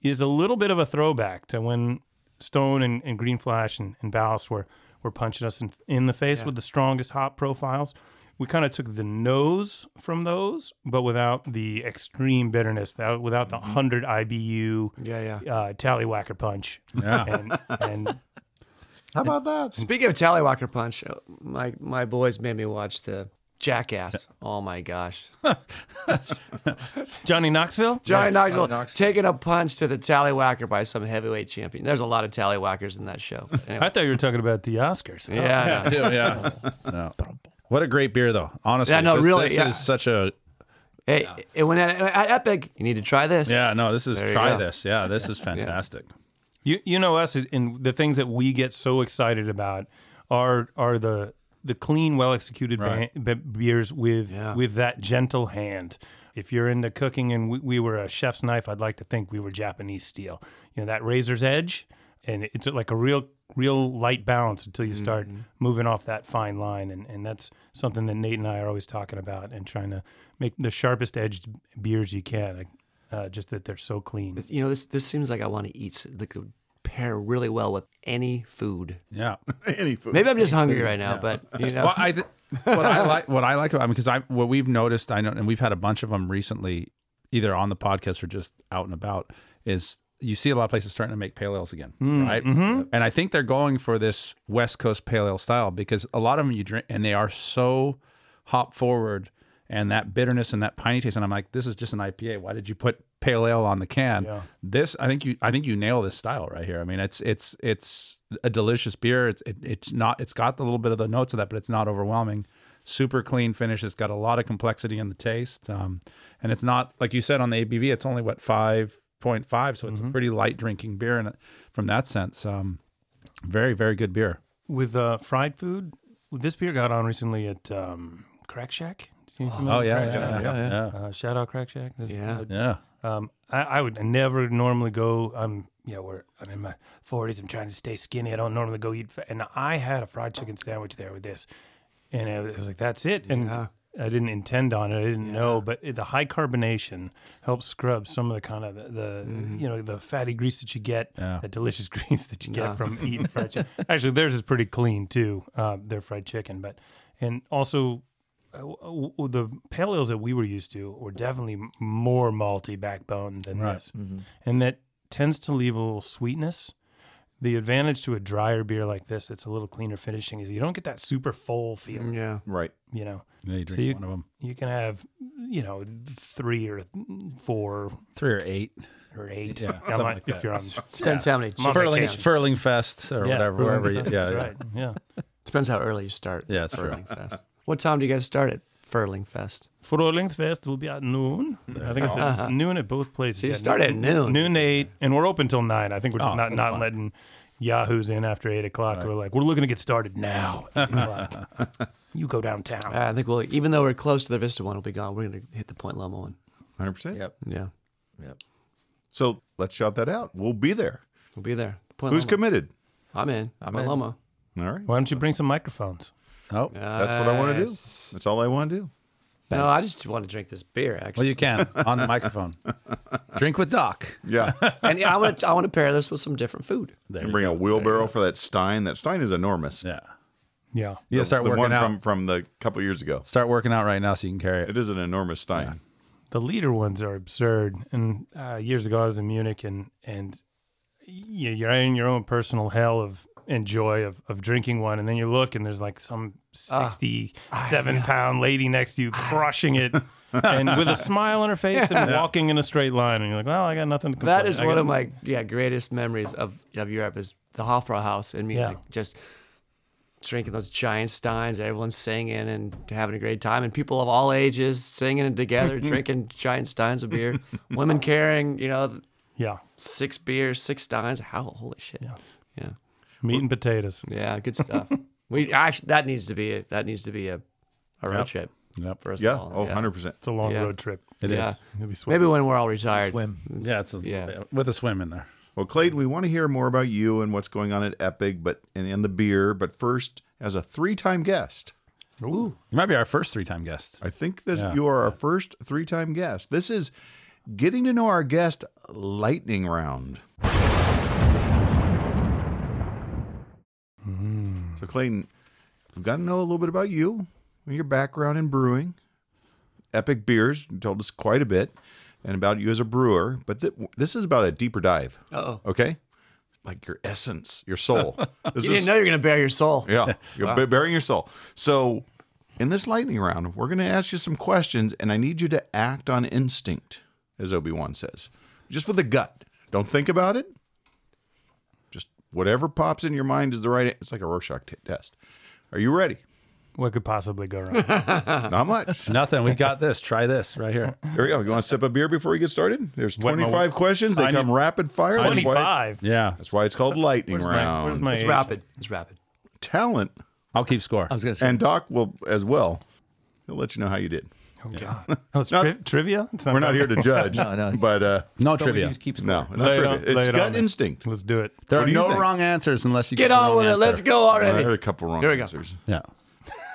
D: is a little bit of a throwback to when Stone and, and Green Flash and, and Ballast were were punching us in, in the face with the strongest hop profiles. We kind of took the nose from those, but without the extreme bitterness, that- without the 100 IBU
C: Mm-hmm. Yeah, yeah.
D: uh, tallywhacker punch. Yeah. And, and
E: How about that?
C: Speaking of Tallywhacker Punch, uh, my my boys made me watch the Jackass. Oh my gosh.
D: Johnny Knoxville?
C: Johnny Knoxville taking a punch to the Tallywhacker by some heavyweight champion. There's a lot of Tallywhackers in that show. But Anyway,
D: I thought you were talking about the Oscars.
C: yeah, I
B: (laughs)
C: know.
B: yeah. No. What a great beer, though. Honestly,
C: Yeah, no,
B: this,
C: really,
B: this
C: yeah.
B: is such a
C: Hey, it went at, at Epic. You need to try this.
B: yeah. No, this is
C: There you
B: try
C: go.
B: this. Yeah, this
C: (laughs)
B: is fantastic.
D: You you know us and the things that we get so excited about are are the the clean, well executed
B: Right.
D: ba- be- beers with with that gentle hand. If you're into cooking and we, we were a chef's knife, I'd like to think we were Japanese steel. You know that razor's edge, and it's like a real real light balance until you start moving off that fine line, and and that's something that Nate and I are always talking about and trying to make the sharpest edged beers you can. Like, uh, just that they're so clean.
C: You know, this this seems like I want to eat s- like a pair really well with any food. (laughs)
B: Yeah.
E: Any food.
C: Maybe I'm just hungry right now, but you know,
B: Well, I th- what I like what I like about because I what we've noticed I know and we've had a bunch of them recently, either on the podcast or just out and about is you see a lot of places starting to make pale ales again, right? And I think they're going for this West Coast pale ale style because a lot of them you drink and they are so hop forward and that bitterness and that piney taste and I'm like this is just an IPA. Why did you put pale ale on the can? This I think you I think you nail this style right here. I mean it's it's it's a delicious beer. It's it, it's not it's got the little bit of the notes of that but it's not overwhelming. Super clean finish. It's got a lot of complexity in the taste. Um, and it's not like you said on the ABV it's only what 5.5 so it's a pretty light drinking beer and from that sense um, very very good beer.
D: With uh, fried food, this beer got on recently at um, Crack Shack. Are you familiar
B: Oh
D: with
B: yeah.
D: Crack
B: Yeah.
D: Shack?
B: Yeah. yeah.
D: Uh, shout out Crack Shack. This is
C: Yeah.
D: a
B: yeah.
D: Um, I, I would never normally go. I'm you know, we're I'm in my 40s. I'm trying to stay skinny. I don't normally go eat. Fa- and I had a fried chicken sandwich there with this, and it was, like that's it. And I didn't intend on it. I didn't know, but it, the high carbonation helps scrub some of the kind of the, the you know the fatty grease that you get, the delicious (laughs) grease that you get from eating fried chicken. Actually, theirs is pretty clean too. Uh, their fried chicken, but and also uh, w- w- the pale ales that we were used to were definitely m- more malty backbone than this,
B: Mm-hmm.
D: and that tends to leave a little sweetness. The advantage to a drier beer like this, that's a little cleaner finishing, is you don't get that super full feel.
C: yeah.
E: Right.
B: Mm.
D: You know,
B: Yeah, you drink
D: you-
B: one of them.
D: you can have, you know, three or four
B: Three or eight.
D: or eight.
B: Yeah,
D: I'm like,
B: something like (laughs)
D: if you're on,
C: Depends how many.
D: Mom-
B: Furling,
D: vacation.
B: Furling Fest or
D: yeah,
B: whatever,
D: Bruins
B: wherever. You,
D: Fest,
B: yeah,
D: that's
B: yeah.
D: right. Yeah,
C: Depends how early you start.
B: Yeah, that's true.
C: Furling Fest. What time do you guys start at Furling Fest?
D: Frühlingsfest will be at noon. I think it's at noon at both places.
C: Uh-huh. you
D: Yeah,
C: start at noon.
D: Noon to eight, and we're open till nine. I think we're just
B: Oh,
D: not
B: that's
D: not letting yahoos in after eight o'clock. We're like, we're looking to get started now. Eight o'clock. you go downtown.
C: Uh, I think we'll, even though we're close to the Vista one, we'll be gone. We're going to hit the Point Loma one.
E: 100%.
A: Yep.
C: Yeah.
A: Yep.
E: So let's shout that out. We'll be there.
C: We'll be there. Point
E: Who's
C: Loma.
E: committed?
C: I'm in. I'm Point
A: in.
C: Loma.
E: All right.
D: Why don't you bring some microphones?
B: Oh,
E: That's what I want to do. That's all I want to do.
C: No, I just want to drink this beer,
B: well,
C: actually.
B: you can on the microphone. Drink with Doc. (laughs)
E: Yeah.
C: and I want to I want to pair this with some different food.
B: There
E: and
B: you
E: bring
B: go.
E: a wheelbarrow for that Stein. That Stein is enormous.
B: Yeah,
D: Yeah.
B: you gotta start
E: the one
B: working out.
E: from from the couple years ago.
B: Start working out right now so you can carry it.
E: It is an enormous Stein.
D: the leader ones are absurd. And uh, years ago, I was in Munich, and and you- you're in your own personal hell of and joy of, of drinking one, and then you look and there's like some
C: Ah,
D: sixty-seven pound lady next to you crushing it,
C: (laughs)
D: and with a smile on her face and walking in a straight line, and you're like, well, I got nothing to complain.
C: That is
D: I
C: one
D: got-
C: of my yeah greatest memories of, of Europe is the Hofbrauhaus in Munich.
D: Yeah.
C: Just drinking those giant steins, everyone's singing and having a great time, and people of all ages singing and together drinking giant steins of beer. Women carrying you know
D: yeah
C: six beers, six steins. How holy shit! Yeah, yeah,
D: meat and potatoes.
C: good stuff. we actually that needs to be a, that needs to be a a road trip
B: Yep,
C: for us
E: Yeah.
C: all.
E: Oh, 100%.
D: It's a long
C: Yeah.
D: road trip.
B: it is.
C: Yeah.
D: It'll be sweet.
C: Maybe when we're all retired.
A: Swim.
B: Yeah, it's a,
C: Yeah.
B: with a swim in there.
E: Well, Clayton, we want to hear more about you and what's going on at Epic, but and, and the beer. But first, as a three-time guest,
D: Ooh.
B: You might be our first three-time guest.
E: I think this you are our first three-time guest. This is getting to know our guest lightning round.
C: Hmm.
E: So, Clayton, we've got to know a little bit about you and your background in brewing. Epic Beers you told us quite a bit, and about you as a brewer. But th- this is about a deeper dive.
C: Uh-oh.
E: Okay, like your essence, your
C: (laughs)
E: soul. This
C: You
E: is-
C: didn't know you were gonna bare your soul.
D: (laughs)
E: yeah, you're bu- burying your soul. So, in this lightning round, we're going to ask you some questions, and I need you to act on instinct, as Obi Wan says, just with the gut. Don't think about it. Just whatever pops in your mind is the right. It's like a Rorschach t- test. Are you ready?
D: What could possibly go
C: (laughs)
D: wrong?
E: Not much.
B: Nothing. We got this. Try this right here.
E: Here we go. You want to sip a beer before we get started? There's
D: Wet my-
E: 25 questions. They
B: I
E: come
B: need-
E: rapid fire. That's why,
D: Twenty-five.
B: Yeah,
E: that's why it's called lightning
D: Where's my,
E: round.
D: where's my
C: It's
D: age?
C: rapid. It's rapid.
E: Talent
B: I'll keep score.
A: I was gonna say.
E: and Doc will as well. He'll let you know how you did.
D: Oh God! Oh, it's tri- trivia. It's
E: We're not here to
D: (laughs)
E: judge,
A: no.
E: but uh,
B: No
A: Don't we
B: trivia.
A: just keep score?
E: No, not
D: Lay it
E: trivia.
D: on- lay
E: it's
D: it
E: gut
D: on me.
E: instinct.
D: Let's do it.
B: There
E: What
B: are
E: do you
B: no
E: think?
B: wrong answers unless you
C: Get
B: the
C: on
B: wrong
C: with it.
B: answer.
C: Let's go
E: I
C: already.
E: heard a couple wrong
C: Here we go.
E: answers.
B: Yeah,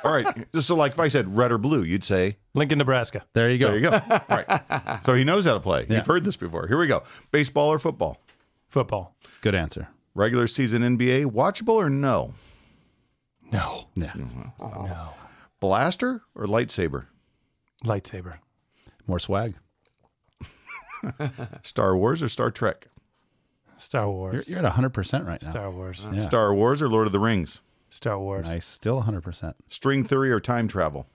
E: All right, (laughs) just so like if I said red or blue, you'd say
D: Lincoln, Nebraska.
B: there you go.
C: (laughs)
E: there you go. All right, so he knows how to play. You've heard this before. Here we go. Baseball or football?
D: Football.
B: Good answer.
E: Regular season NBA, watchable or no?
D: No.
B: Yeah.
D: No.
E: Blaster or lightsaber?
D: Lightsaber.
B: More swag.
E: Star Wars or Star Trek?
D: Star Wars.
B: You're, you're at 100% right now.
D: Star Wars.
B: Yeah.
E: Star Wars or Lord of the Rings?
D: Star Wars.
B: Nice. Still 100%.
E: String theory or time
C: (sighs)
E: travel?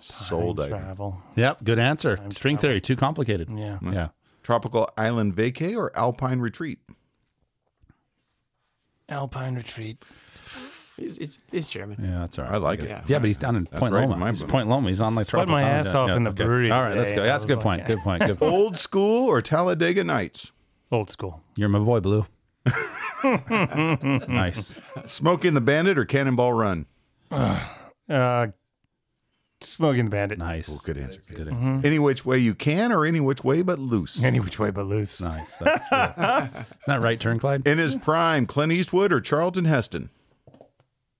E: Soul
D: Time
E: diving.
D: travel.
B: Yep. Good answer. String theory. Too complicated.
D: Yeah.
B: Yeah.
E: Tropical island vacay or alpine retreat?
D: Alpine retreat.
C: He's, he's, he's German.
B: Yeah. That's all right.
E: I like it.
C: Yeah.
B: Yeah, but he's down in Point
E: right in
B: Loma.
E: my
B: He's
E: book.
B: Point Loma. He's on like
D: Sweat
B: tropical
D: my
B: time
D: ass
B: zone.
D: off in the brewery
B: All right, let's
D: today,
B: go.
D: and
B: Yeah,
D: I
B: that's a
D: was
B: good
D: like,
B: point.
D: eh.
B: Good point. Good point.
E: Old school or Talladega Nights?
D: Old school.
B: You're my boy,
D: (laughs)
B: Blue. nice.
E: Smoking the Bandit or Cannonball Run?
D: Uh, Smoking the Bandit.
B: Nice.
E: Good answer.
B: Good
D: Mm-hmm.
E: Any which way you can or any which way but loose?
D: Any which way but loose.
B: Nice. That's true.
D: (laughs)
B: Isn't that right, Turn Clyde?
E: In his prime, Clint Eastwood or Charlton Heston?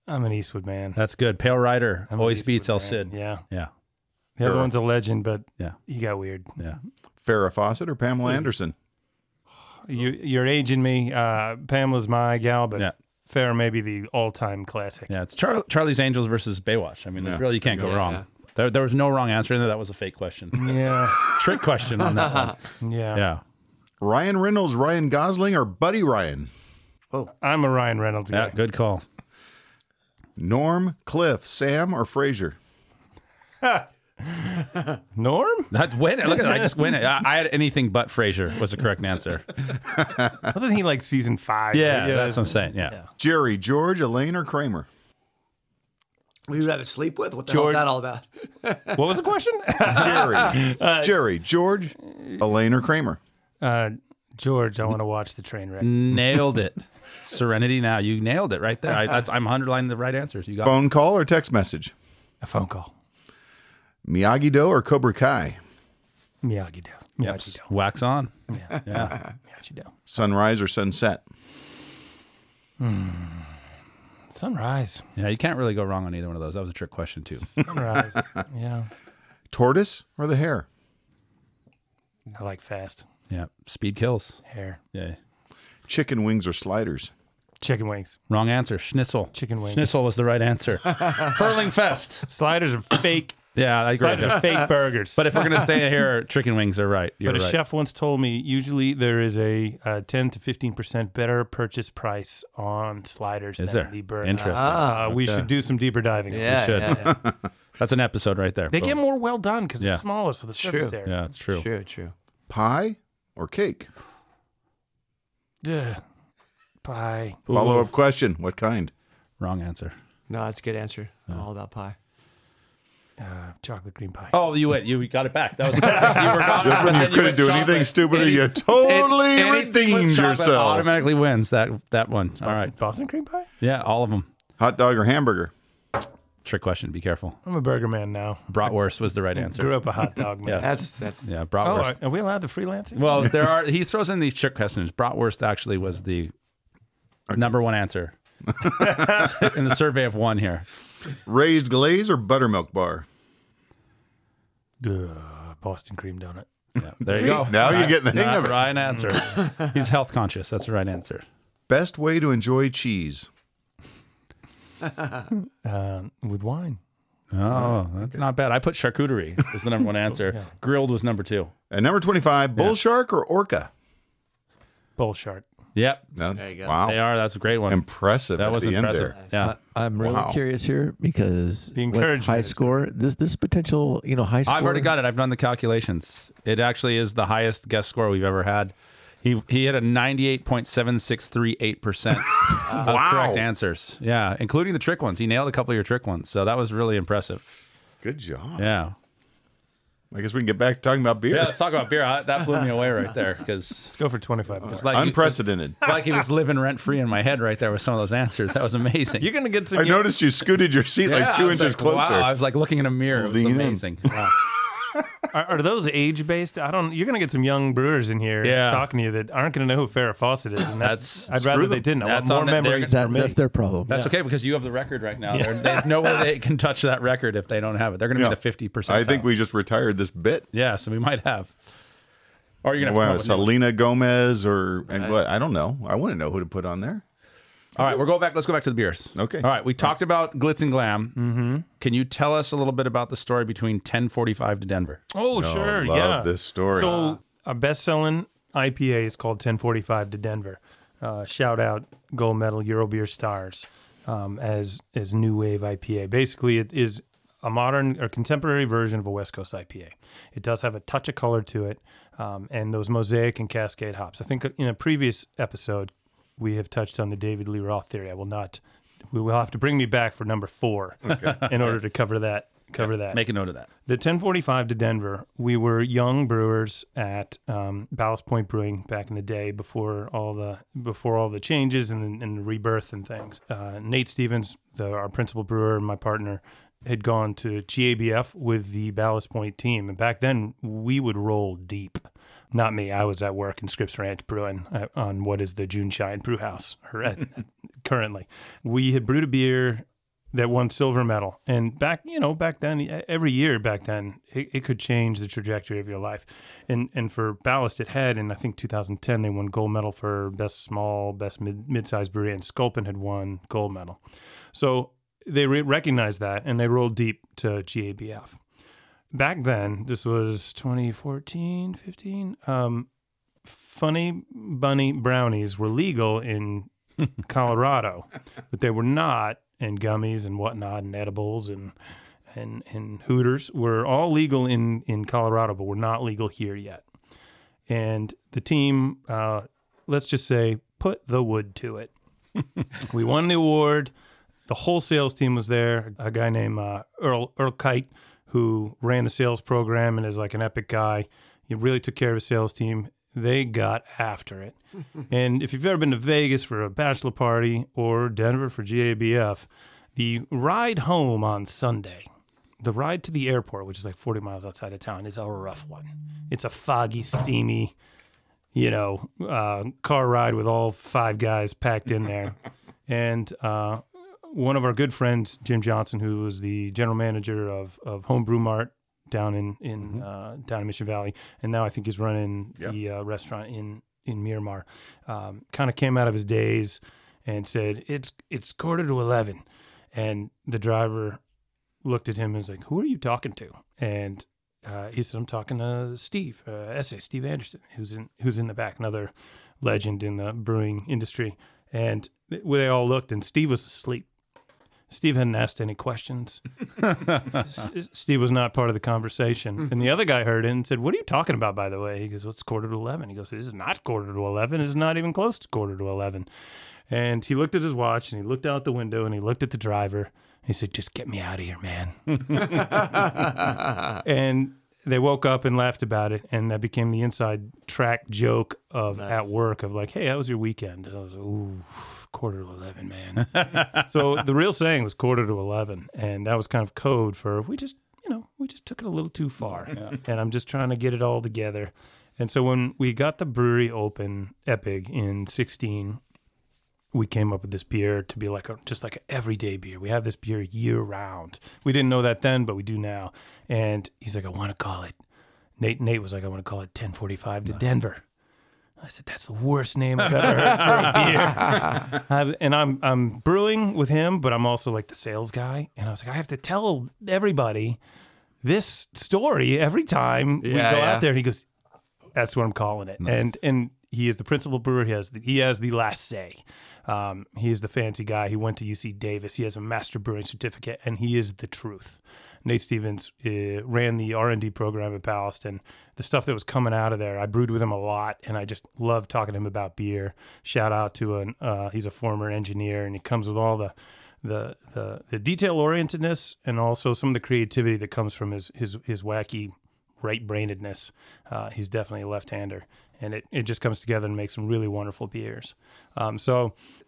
D: I'm an Eastwood man.
B: That's good. Pale Rider
D: I'm an
B: always
D: Eastwood
B: beats El
D: man.
B: Cid.
D: Yeah.
B: Yeah.
D: The other one's a legend, but
B: Yeah.
D: he got weird.
B: Yeah.
E: Farrah Fawcett or Pamela Anderson?
D: You, you're aging me. Uh, Pamela's my gal, but
B: Yeah.
D: fair may be the all-time classic.
B: Yeah. It's Char- Charlie's Angels versus Baywatch. I mean, there's really you can't go
C: Yeah,
B: wrong.
C: yeah.
B: There, there was no wrong answer in there. That was a fake
D: (laughs)
B: question.
D: Yeah.
B: Trick question on that one.
D: Yeah.
B: Yeah.
E: Ryan Reynolds, Ryan Gosling, or Buddy Ryan?
D: I'm a Ryan Reynolds guy.
B: Yeah. Good call.
E: Norm, Cliff, Sam, or Frazier?
D: Norm?
B: That's win it. Look at that. I just win
D: (laughs)
B: it. I, I had anything but Frasier was the correct answer.
D: Wasn't he like season five?
B: Yeah.
D: right?
B: that's what I'm saying. Yeah.
E: Jerry, George, Elaine, or Kramer?
C: Who you rather sleep with? What the
D: George-
C: hell's that all about?
D: What was the question?
E: Jerry, Jerry, George, Elaine, or Kramer?
D: uh, George, I want to watch the train wreck.
B: Mm. Nailed it. Serenity now. You nailed it right there. I, that's, I'm underlining the right answers. You got
E: Phone call or text message?
D: A phone call.
E: Miyagi Do or Cobra Kai?
D: Miyagi Do.
B: Yep.
D: Miyagi Do.
B: Wax on.
D: Yeah.
B: Yeah.
D: Miyagi Do.
E: Sunrise or sunset?
D: Sunrise.
B: Yeah. You can't really go wrong on either one of those. That was a trick question,
D: (laughs)
B: too.
D: Sunrise. yeah.
E: Tortoise or the hare?
D: I like fast
B: Yeah. Speed kills.
D: hair.
B: Yeah.
E: Chicken wings or sliders?
D: Chicken wings.
B: Wrong answer. Schnitzel.
D: Chicken wings. (laughs)
B: Schnitzel was the right answer. Hurling fest.
D: Sliders are (laughs) fake.
B: Yeah, I agree.
D: Sliders are fake burgers.
B: But if we're gonna stay here, chicken wings are right. You're
D: But a
B: right.
D: chef once told me usually there is a uh, 10 to 15% better purchase price on sliders
B: Is
D: than
B: there?
D: the burger.
B: Interesting.
D: Uh, we should do some deeper diving. on this.
C: Ah. Yeah,
B: should.
C: yeah, yeah.
B: That's an episode right there.
D: They
B: Boom.
D: get more well done because
B: Yeah.
D: they're smaller, so the surface
C: True.
D: area.
B: Yeah, it's true.
C: true, true.
E: Pie or cake?
D: Yeah. Pie.
B: Ooh,
E: Follow up question What kind?
B: Wrong answer.
C: No, that's a good answer. I'm all about pie.
D: Uh, chocolate cream pie.
B: Oh, you went. You got it back. That was perfect. You were wrong.
E: That's when
B: And
E: you
B: then
E: couldn't
B: went
E: do
B: chocolate.
E: anything stupider.
B: Any-
E: you totally
B: any- anything with
E: redeemed
B: chocolate
E: yourself.
B: Automatically wins that that one. All right.
D: Boston cream pie?
B: Yeah, all of them.
E: Hot dog or hamburger?
B: Trick question. Be careful.
D: I'm a burger man now.
B: Bratwurst was the right answer.
D: Grew up a hot
B: (laughs)
D: dog man.
B: Yeah.
C: That's that's
B: Yeah,
D: Oh,
B: bratwurst.
D: are, are we allowed to freelance it?
B: Well, there are. He throws in these trick questions. Bratwurst actually was the number one
E: (laughs)
B: answer in the survey of one here.
E: Raised glaze or buttermilk bar?
D: Ugh, Boston cream donut.
B: There you go.
E: Now you're getting the hang of it.
B: Right answer. He's health conscious. That's the right answer.
E: Best way to enjoy cheese.
D: Um, with wine.
B: Oh, that's not bad. I put charcuterie as the number
E: (laughs)
B: one answer. Grilled was number two.
E: And number 25, bull shark or orca?
D: Bull shark.
B: Yep,
E: There
C: you go.
B: they
E: Wow.
B: are. That's a great one.
E: Impressive.
B: that
E: at
B: was
E: the end
B: impressive.
E: there.
B: Yeah,
A: I'm really
E: Wow.
A: curious here because
D: The
A: what
D: encouragement
A: high
D: is
A: score this this potential you know high score.
B: I've already got it. I've done the calculations. It actually is the highest guess score we've ever had. He he had a ninety eight point seven six three
E: (laughs)
B: eight percent of correct answers. Yeah, including the trick ones. He nailed a couple of your trick ones, so that was really impressive.
E: Good job.
B: Yeah.
E: I guess we can get back to talking about beer.
B: (laughs) Yeah, let's talk about beer. I, that blew me away right there because
D: Let's go for 25 more.
B: it's like
E: Unprecedented.
B: It's like he was living rent free in my head right there with some of those answers. That was amazing.
D: You're going to get some.
E: I noticed you scooted your seat
B: Yeah,
E: like
B: I
E: two
B: was
E: inches
B: like,
E: closer.
B: Wow, I was like looking in a mirror. It was
E: Lean in.
B: amazing.
D: Are, are those age based? I don't. You're gonna get some young brewers in here
B: Yeah.
D: talking to you that aren't gonna know who Farrah Fawcett is, and that's.
B: That's-
D: I'd rather
E: Screw
D: they
E: them.
D: didn't. I want
B: That's
D: more
B: on them. They're
D: memories
B: gonna-
D: for
A: that,
D: me.
A: that's their problem.
B: That's okay because you have the record right now. They're- There's no way they can touch that record if they don't have it. They're going to
E: Yeah.
B: be the 50%.
E: I think we just retired this bit.
B: Yeah, so we might have. Or you're gonna have
E: Wow,
B: to come up with new-
E: Selena Gomez or and what? I don't know. I want to know who to put on there.
B: All right, we're going back. Let's go back to the beers.
E: Okay.
B: All right, we talked about glitz and glam. Mm-hmm. Can you tell us a little bit about the story between 10:45 to Denver?
D: Oh, sure.
E: love
D: yeah.
E: this story.
D: So, a best selling IPA is called 1045 to Denver. Uh, shout out gold medal Eurobeer Stars um, as, as New Wave IPA. Basically, it is a modern or contemporary version of a West Coast IPA. It does have a touch of color to it um, and those mosaic and cascade hops. I think in a previous episode, we have touched on the David Lee Roth theory. I will not. We will have to bring me back for number four (laughs) in order to cover that. Cover that.
B: Make a note of that.
D: The 1045 to Denver, we were young brewers at um, Ballast Point Brewing back in the day before all the before all the changes and, and the rebirth and things. Uh, Nate Stevens, the, our principal brewer and my partner, had gone to GABF with the Ballast Point team, and back then we would roll deep. Not me. I was at work in Scripps Ranch Brewing uh, on what is the June Shine Brew House or- uh, (laughs) currently. We had brewed a beer that won silver medal. And back, you know, back then, e- every year back then, it, it could change the trajectory of your life. And and for Ballast, it had. And I think 2010, they won gold medal for best small, best mid mid-sized brewery, and Sculpin had won gold medal. So they re- recognized that, and they rolled deep to GABF. Back then, this was 2014, 15. Um, funny bunny brownies were legal in Colorado, but they were not in gummies and whatnot and edibles and and and hooters were all legal in in Colorado, but were not legal here yet. And the team, uh, let's just say, put the wood to it. (laughs) we won the award. The whole sales team was there. A guy named uh, Earl Earl Kite, who ran the sales program and is like an epic guy. He really took care of his sales team. They got after it. (laughs) and if you've ever been to Vegas for a bachelor party or Denver for GABF, the ride home on Sunday, the ride to the airport, which is like 40 miles outside of town, is a rough one. It's a foggy, steamy, you know, uh, car ride with all five guys packed in there. and uh, one of our good friends, Jim Johnson, who was the general manager of, of Homebrew Mart down in, in uh, down in Mission Valley, and now I think he's running the uh, restaurant in in Miramar, um, kind of came out of his daze and said, "It's it's quarter to 11. and the driver looked at him and was like, "Who are you talking to?" And uh, he said, "I'm talking to Steve, uh, essay Steve Anderson, who's in who's in the back, another legend in the brewing industry." And th- they all looked, and Steve was asleep. Steve hadn't asked any questions. (laughs) S- uh, Steve was not part of the conversation, and the other guy heard it and said, "What are you talking about?" By the way, he goes, "What's quarter to 11? He goes, "This is not quarter to eleven. It's not even close to quarter to 11. And he looked at his watch, and he looked out the window, and he looked at the driver. He said, "Just get me out of here, man." and they woke up and laughed about it, and that became the inside track joke of at work of like, "Hey, how was your weekend?" And I was, "Ooh, quarter to eleven, man." so the real saying was quarter to eleven, and that was kind of code for we just, you know, we just took it a little too far, and I'm just trying to get it all together. And so when we got the brewery open, Epic in '16, we came up with this beer to be like a, just like an everyday beer. We have this beer year round. We didn't know that then, but we do now. And he's like, I want to call it. Nate Nate was like, I want to call it 1045 to Denver. I said, that's the worst name I've ever heard for a
C: (laughs)
D: beer. I've- and I'm I'm brewing with him, but I'm also like the sales guy. And I was like, I have to tell everybody this story every time we go
C: Yeah, yeah.
D: out there. And he goes, that's what I'm calling it. And and he is the principal brewer. He has the, he has the last say. Um, he is the fancy guy. He went to UC Davis. He has a master brewing certificate, and he is the truth. Nate Stevens uh, ran the R and D program at Ballast, and the stuff that was coming out of there. I brewed with him a lot, and I just love talking to him about beer. Shout out to an uh, he's a former engineer, and he comes with all the the the, the detail orientedness and also some of the creativity that comes from his his his wacky right brainedness. Uh, he's definitely a left hander, and it, it just comes together and makes some really wonderful beers. Um, so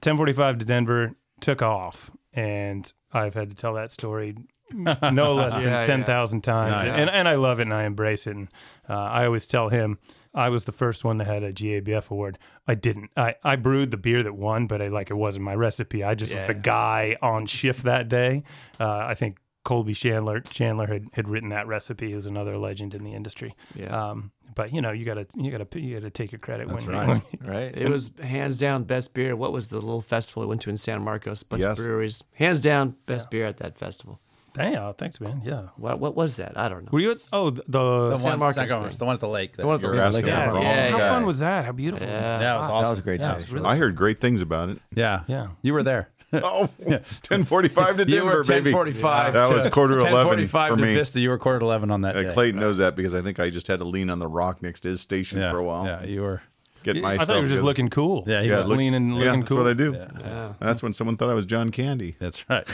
D: 1045 to Denver took off, and I've had to tell that story no less than
C: Yeah, yeah.
D: 10,000 times.
B: Nice.
D: And, and I love it and I embrace it. And uh, I always tell him, I was the first one that had a GABF award. I didn't. I, I brewed the beer that won, but I like it wasn't my recipe. I just was the guy on shift that day. Uh, I think Colby Chandler Chandler had, had written that recipe, who's another legend in the industry.
C: Yeah.
D: Um, but you know, you gotta you gotta you gotta take your credit when, you-
A: right. Right.
C: It was hands down best beer. What was the little festival we went to in San Marcos? Bunch
E: Yes.
C: of breweries. Hands down best beer at that festival.
D: Damn, thanks, man. Yeah.
C: What what was that? I don't know.
D: Were you at oh the, the
C: San Marcos
B: not Gomez,
C: thing.
B: the one at the lake.
C: one at the
B: you're
C: lake.
B: asking
A: Yeah,
B: about.
C: yeah,
D: how
C: yeah.
D: fun was that? How beautiful was that?
C: Yeah.
B: That was awesome.
A: That was a great
D: Yeah,
A: time.
D: it was really-
E: I heard great things about it.
B: Yeah,
D: Yeah.
B: You were there.
E: Oh, 1045 to
B: (laughs) You
E: (laughs)
B: were
E: Denver, baby.
B: 10:45
E: That was
B: to-
E: quarter 11
B: 10:45
E: for
B: to
E: me.
B: Vista. You were quarter eleven on that
E: Uh,
B: day.
E: Clayton knows that because I think I just had to lean on the rock next to his station
B: yeah.
E: for a while.
B: Yeah, you were.
E: Get
D: I
E: myself.
D: thought you were just
E: together.
D: looking cool.
B: Yeah, he
D: he
B: Yeah,
D: was
B: look-
D: lean and
E: Yeah,
D: looking
E: that's
D: cool.
E: what I do.
C: Yeah.
E: That's when someone thought I was John Candy.
B: That's right.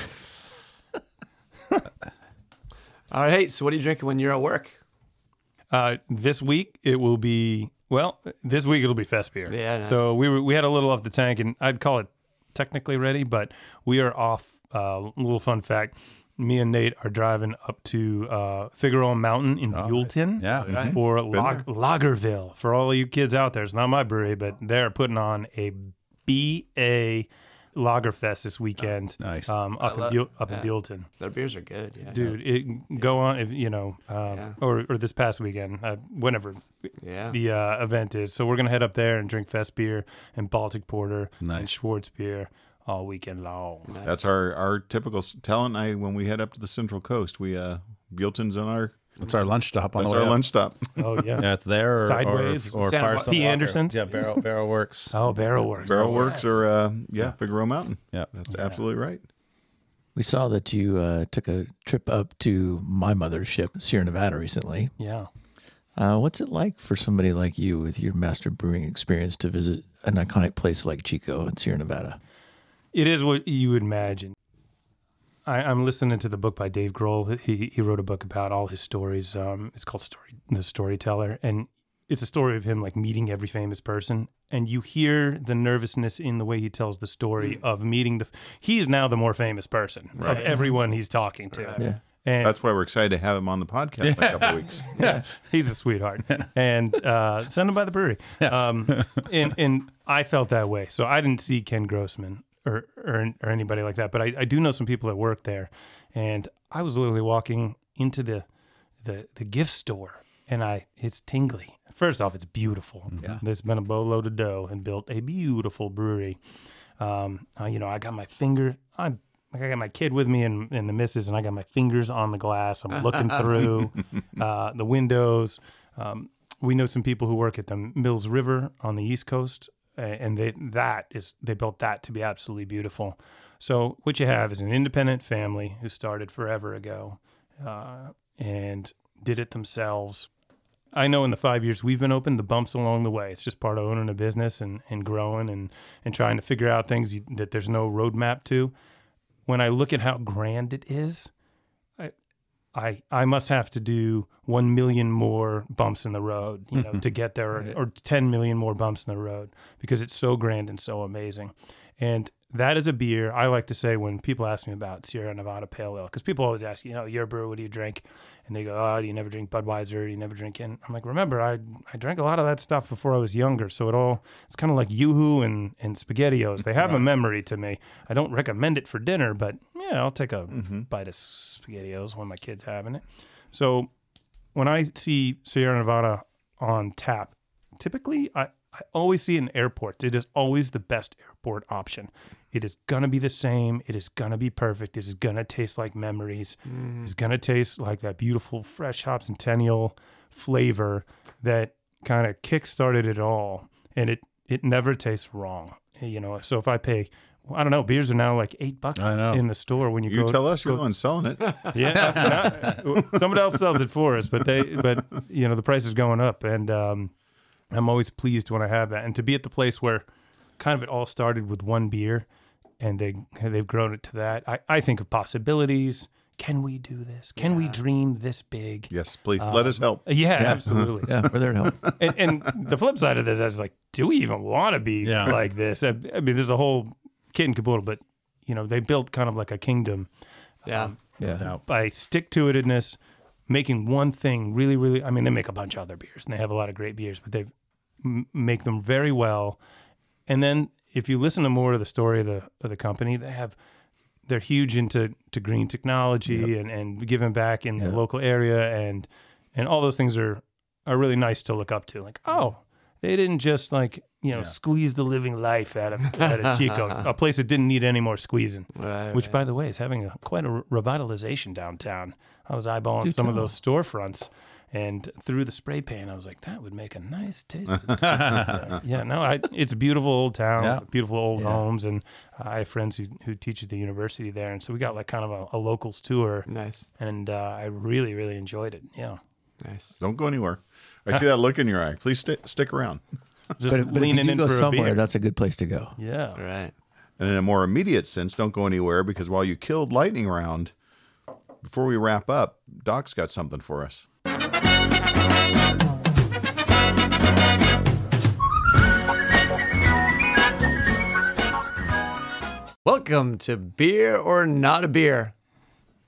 C: All right. So what are you drinking when you're at work?
D: Uh, this week it will be well. This week it'll be fest beer.
C: Yeah, nice.
D: So we were, we had a little off the tank, and I'd call it technically ready, but we are off. Uh, little fun fact: me and Nate are driving up to uh, Figueroa Mountain in
B: Oh,
D: Buellton.
B: Yeah. Right.
D: For Lag- Lagerville, for all you kids out there, it's not my brewery, but they're putting on a BA Lagerfest this weekend.
B: Nice.
D: Um, up in
C: love-
D: Buell up
C: yeah.
D: in Buellton
C: Their beers are good. Yeah.
D: dude it go on if you know um,
C: Yeah.
D: or, or this past weekend uh, whenever
C: Yeah.
D: the uh, event is so we're gonna head up there and drink fest beer and baltic porter and
B: Nice.
D: schwartz beer all weekend long
E: That's our our typical s- talent. I when we head up to the Central Coast, we uh, Buellton's on our
B: That's our lunch stop on
E: that's
B: the way
E: our
B: up.
E: lunch stop.
D: oh yeah,
B: (laughs) Yeah, it's there. Or,
D: Sideways.
B: or, or
D: Santa Mar-
B: Firestone
D: P.
B: Walker.
D: Anderson's.
B: Yeah, Barrel Barrel Works.
D: oh barrel works
E: Barrel Works or uh, yeah, Figueroa Mountain.
B: (laughs) Yeah.
E: that's absolutely right.
A: We saw that you uh, took a trip up to my mother's ship, Sierra Nevada, recently.
D: yeah
A: Uh, what's it like for somebody like you with your master brewing experience to visit an iconic place like Chico in Sierra Nevada?
D: it is what you would imagine I, I'm listening to the book by Dave Grohl. He, he wrote a book about all his stories. Um, it's called Story, The Storyteller. And it's a story of him like meeting every famous person. And you hear the nervousness in the way he tells the story of meeting the. He's now the more famous person of everyone he's talking to.
A: Yeah.
D: And
E: That's why we're excited to have him on the podcast in a couple weeks.
D: (laughs) He's a sweetheart, and uh, send him by the brewery. Um, and and I felt that way, so I didn't see Ken Grossman or or, or anybody like that, but I, I do know some people that work there, and I was literally walking into the the the gift store, and I it's tingly. First off, it's beautiful. There's been a boatload of dough and built a beautiful brewery. Um, uh, you know, I got my finger. I'm like I got my kid with me and, and the missus, and I got my fingers on the glass. I'm looking through uh, the windows. Um, we know some people who work at the Mills River on the East Coast, a- and they that is they built that to be absolutely beautiful. So what you have is an independent family who started forever ago, uh, and did it themselves. I know in the five years we've been open, the bumps along the way. It's just part of owning a business and, and growing and, and trying to figure out things you, that there's no roadmap to. When I look at how grand it is, I, I I must have to do one million more bumps in the road, you know, to get there, or, or ten million more bumps in the road because it's so grand and so amazing. And that is a beer I like to say when people ask me about Sierra Nevada Pale Ale because people always ask, you know, your brewer, what do you drink? And they go, oh, do you never drink Budweiser? Do you never drink? And I'm like, remember, I I drank a lot of that stuff before I was younger, so it all it's kind of like YooHoo and and Spaghettios. They have a memory to me. I don't recommend it for dinner, but yeah, I'll take a bite of Spaghettios when my kid's having it. So when I see Sierra Nevada on tap, typically I, I always see an airport. It is always the best airport option. It is gonna be the same. It is gonna be perfect. It is gonna taste like memories. It's gonna taste like that beautiful fresh hop centennial flavor that kind of kick-started it all. And it it never tastes wrong. You know, so if I pay I don't know, beers are now like eight bucks
B: I know.
D: in the store when you,
E: You
D: go
E: tell us you're the one selling it.
D: yeah, (laughs) not- somebody else sells it for us, but they, but you know, the price is going up, and um, I'm always pleased when I have that, and to be at the place where kind of it all started with one beer, and they they've grown it to that. I, I think of possibilities. Can we do this? Can we dream this big?
E: Yes, please let us help.
D: Yeah, absolutely.
A: Yeah, we're there to help.
D: and, and the flip side of this is like, do we even want to be
B: Yeah.
D: like this? I, I mean, there's a whole kid and caboodle, but you know, they built kind of like a kingdom
C: yeah.
A: (laughs)
D: um,
A: Yeah.
D: by stick to itiveness, making one thing really, really. I mean, they make a bunch of other beers and they have a lot of great beers, but they m- make them very well. And then if you listen to more of the story of the of the company, they have they're huge into to green technology and, and giving back in the local area and and all those things are are really nice to look up to. Like, oh, they didn't just like you know squeeze the living life out of out of Chico, a place that didn't need any more squeezing.
C: Right,
D: which, by the way, is having a, quite a re- revitalization downtown. I was eyeballing some of those storefronts. And through the spray paint, I was like, "That would make a nice taste."
A: (laughs)
D: yeah, no, I, it's a beautiful old town,
B: Yeah.
D: beautiful old homes, and I have friends who who teach at the university there, and so we got like kind of a, a locals tour,
C: Nice.
D: and uh, I really really enjoyed it.
A: (laughs)
D: Yeah,
C: Nice.
E: Don't go anywhere. I
B: (laughs)
E: see that look in your eye. Please sti stick around.
D: just
A: But, if- but if you
D: leaning
A: do
D: in
A: go
D: for a
A: somewhere,
D: beer.
A: that's a good place to go.
D: yeah,
C: All right.
E: And in a more immediate sense, don't go anywhere because while you killed Lightning Round, before we wrap up, Doc's got something for us.
C: Welcome to Beer or Not a Beer.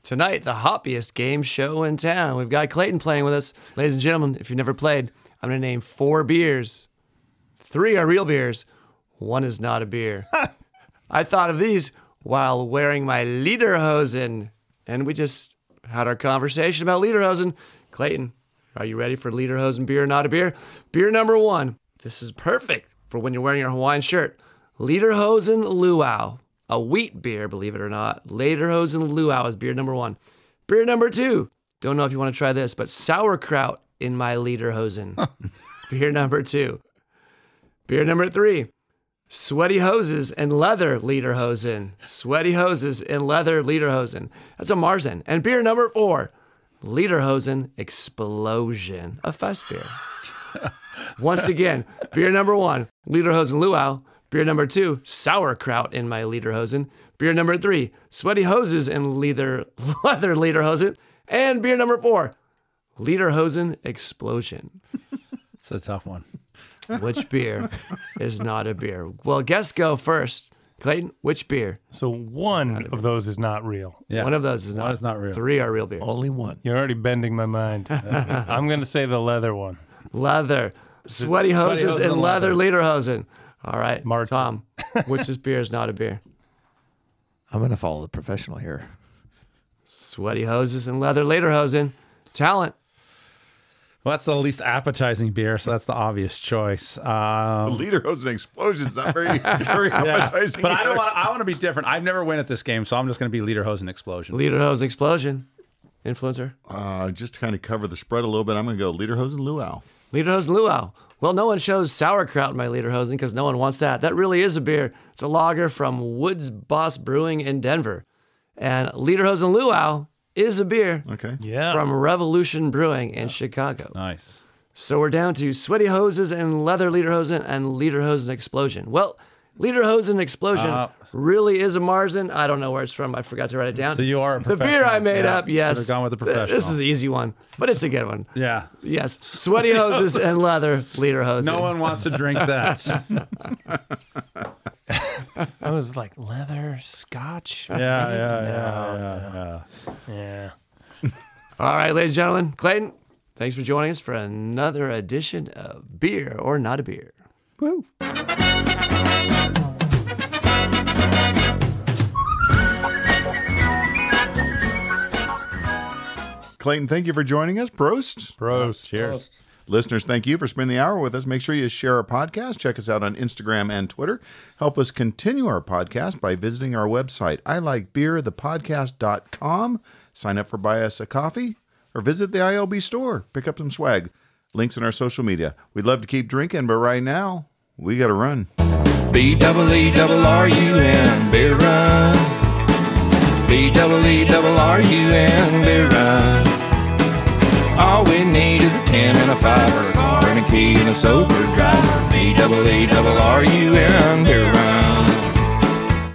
C: Tonight, the hoppiest game show in town. We've got Clayton playing with us. Ladies and gentlemen, if you've never played, I'm going to name four beers. Three are real beers, one is not a beer. I thought of these while wearing my Lederhosen, and we just had our conversation about Lederhosen. Clayton, are you ready for Lederhosen beer, not a beer? Beer number one. This is perfect for when you're wearing your Hawaiian shirt. Lederhosen Luau, a wheat beer, believe it or not. Lederhosen Luau is beer number one. Beer number two. Don't know if you want to try this, but sauerkraut in my Lederhosen. beer number two. Beer number three. Sweaty hoses and leather lederhosen. Sweaty hoses and leather lederhosen. That's a Marzen. And beer number four, lederhosen explosion, a fest beer. Once again, beer number one, lederhosen luau. Beer number two, sauerkraut in my lederhosen. Beer number three, sweaty hoses and leather (laughs) leather lederhosen. And beer number four, lederhosen explosion
B: It's a tough one.
C: which beer is not a beer? Well, guess go first. Clayton, which beer?
D: So one of those is not real.
B: Yeah.
C: One of those is not.
B: One is not real.
C: Three are real beer.
A: Only one.
D: You're already bending my
A: (laughs)
D: mind. I'm gonna say the leather one.
C: Leather, sweaty hoses,
B: hoses
C: and
B: and
C: leather
B: leather.
C: lederhosen. All right,
D: Martin.
C: Tom, which is beer is not a beer?
A: I'm going to follow the professional here.
C: Sweaty hoses and leather lederhosen. Talent.
B: Well, that's the least appetizing beer, so that's the obvious choice. Um,
E: Leader hosting explosions. Not
B: (laughs)
E: very, very appetizing.
B: But I
E: either.
B: don't want. I want to be different. I've never win at this game, so I'm just going to be leader hose and explosion.
C: Lederhosen explosion. Influencer.
E: Uh, just to kind of cover the spread a little bit, I'm going to go leader hose and luau.
C: Lederhosen luau. Well, no one chose sauerkraut in my lederhosen because no one wants that. That really is a beer. It's a lager from Woods Boss Brewing in Denver. And lederhosen luau is a beer
E: Okay.
D: Yeah.
C: (laughs) from Revolution Brewing in Chicago.
B: nice.
C: So we're down to sweaty hoses and leather lederhosen and lederhosen explosion. Well, lederhosen explosion
B: Uh,
C: really is a Marzen. I don't know where it's from. I forgot to write it down.
B: So you are a
C: the beer I
B: professional.
C: made
B: Yeah,
C: up. Yes,
B: should've gone with the
C: Th- This
B: professional.
C: is an easy one, but it's a good one.
B: Yeah.
C: Yes, sweaty
B: (laughs)
C: hoses and leather lederhosen.
B: No one wants to drink (laughs) that.
D: I was like leather,
B: (laughs)
D: scotch.
B: Yeah, yeah, yeah.
D: Yeah.
C: All right, ladies and gentlemen, Clayton, thanks for joining us for another edition of Beer or Not a Beer.
E: Clayton, thank you for joining us. Prost.
D: Bros.
B: Cheers.
E: Listeners, thank you for spending the hour with us. Make sure you share our podcast. Check us out on Instagram and Twitter. Help us continue our podcast by visiting our website, I like beer, the podcast.com. Sign up for Buy Us a Coffee or visit the ILB store. Pick up some swag. Links in our social media. We'd love to keep drinking, but right now, we got to run.
F: B double E double R U N beer run. B double E double R U N beer run. All we need is a ten and a fiver, a car and a key and a sober driver. B double E double R U N beer run.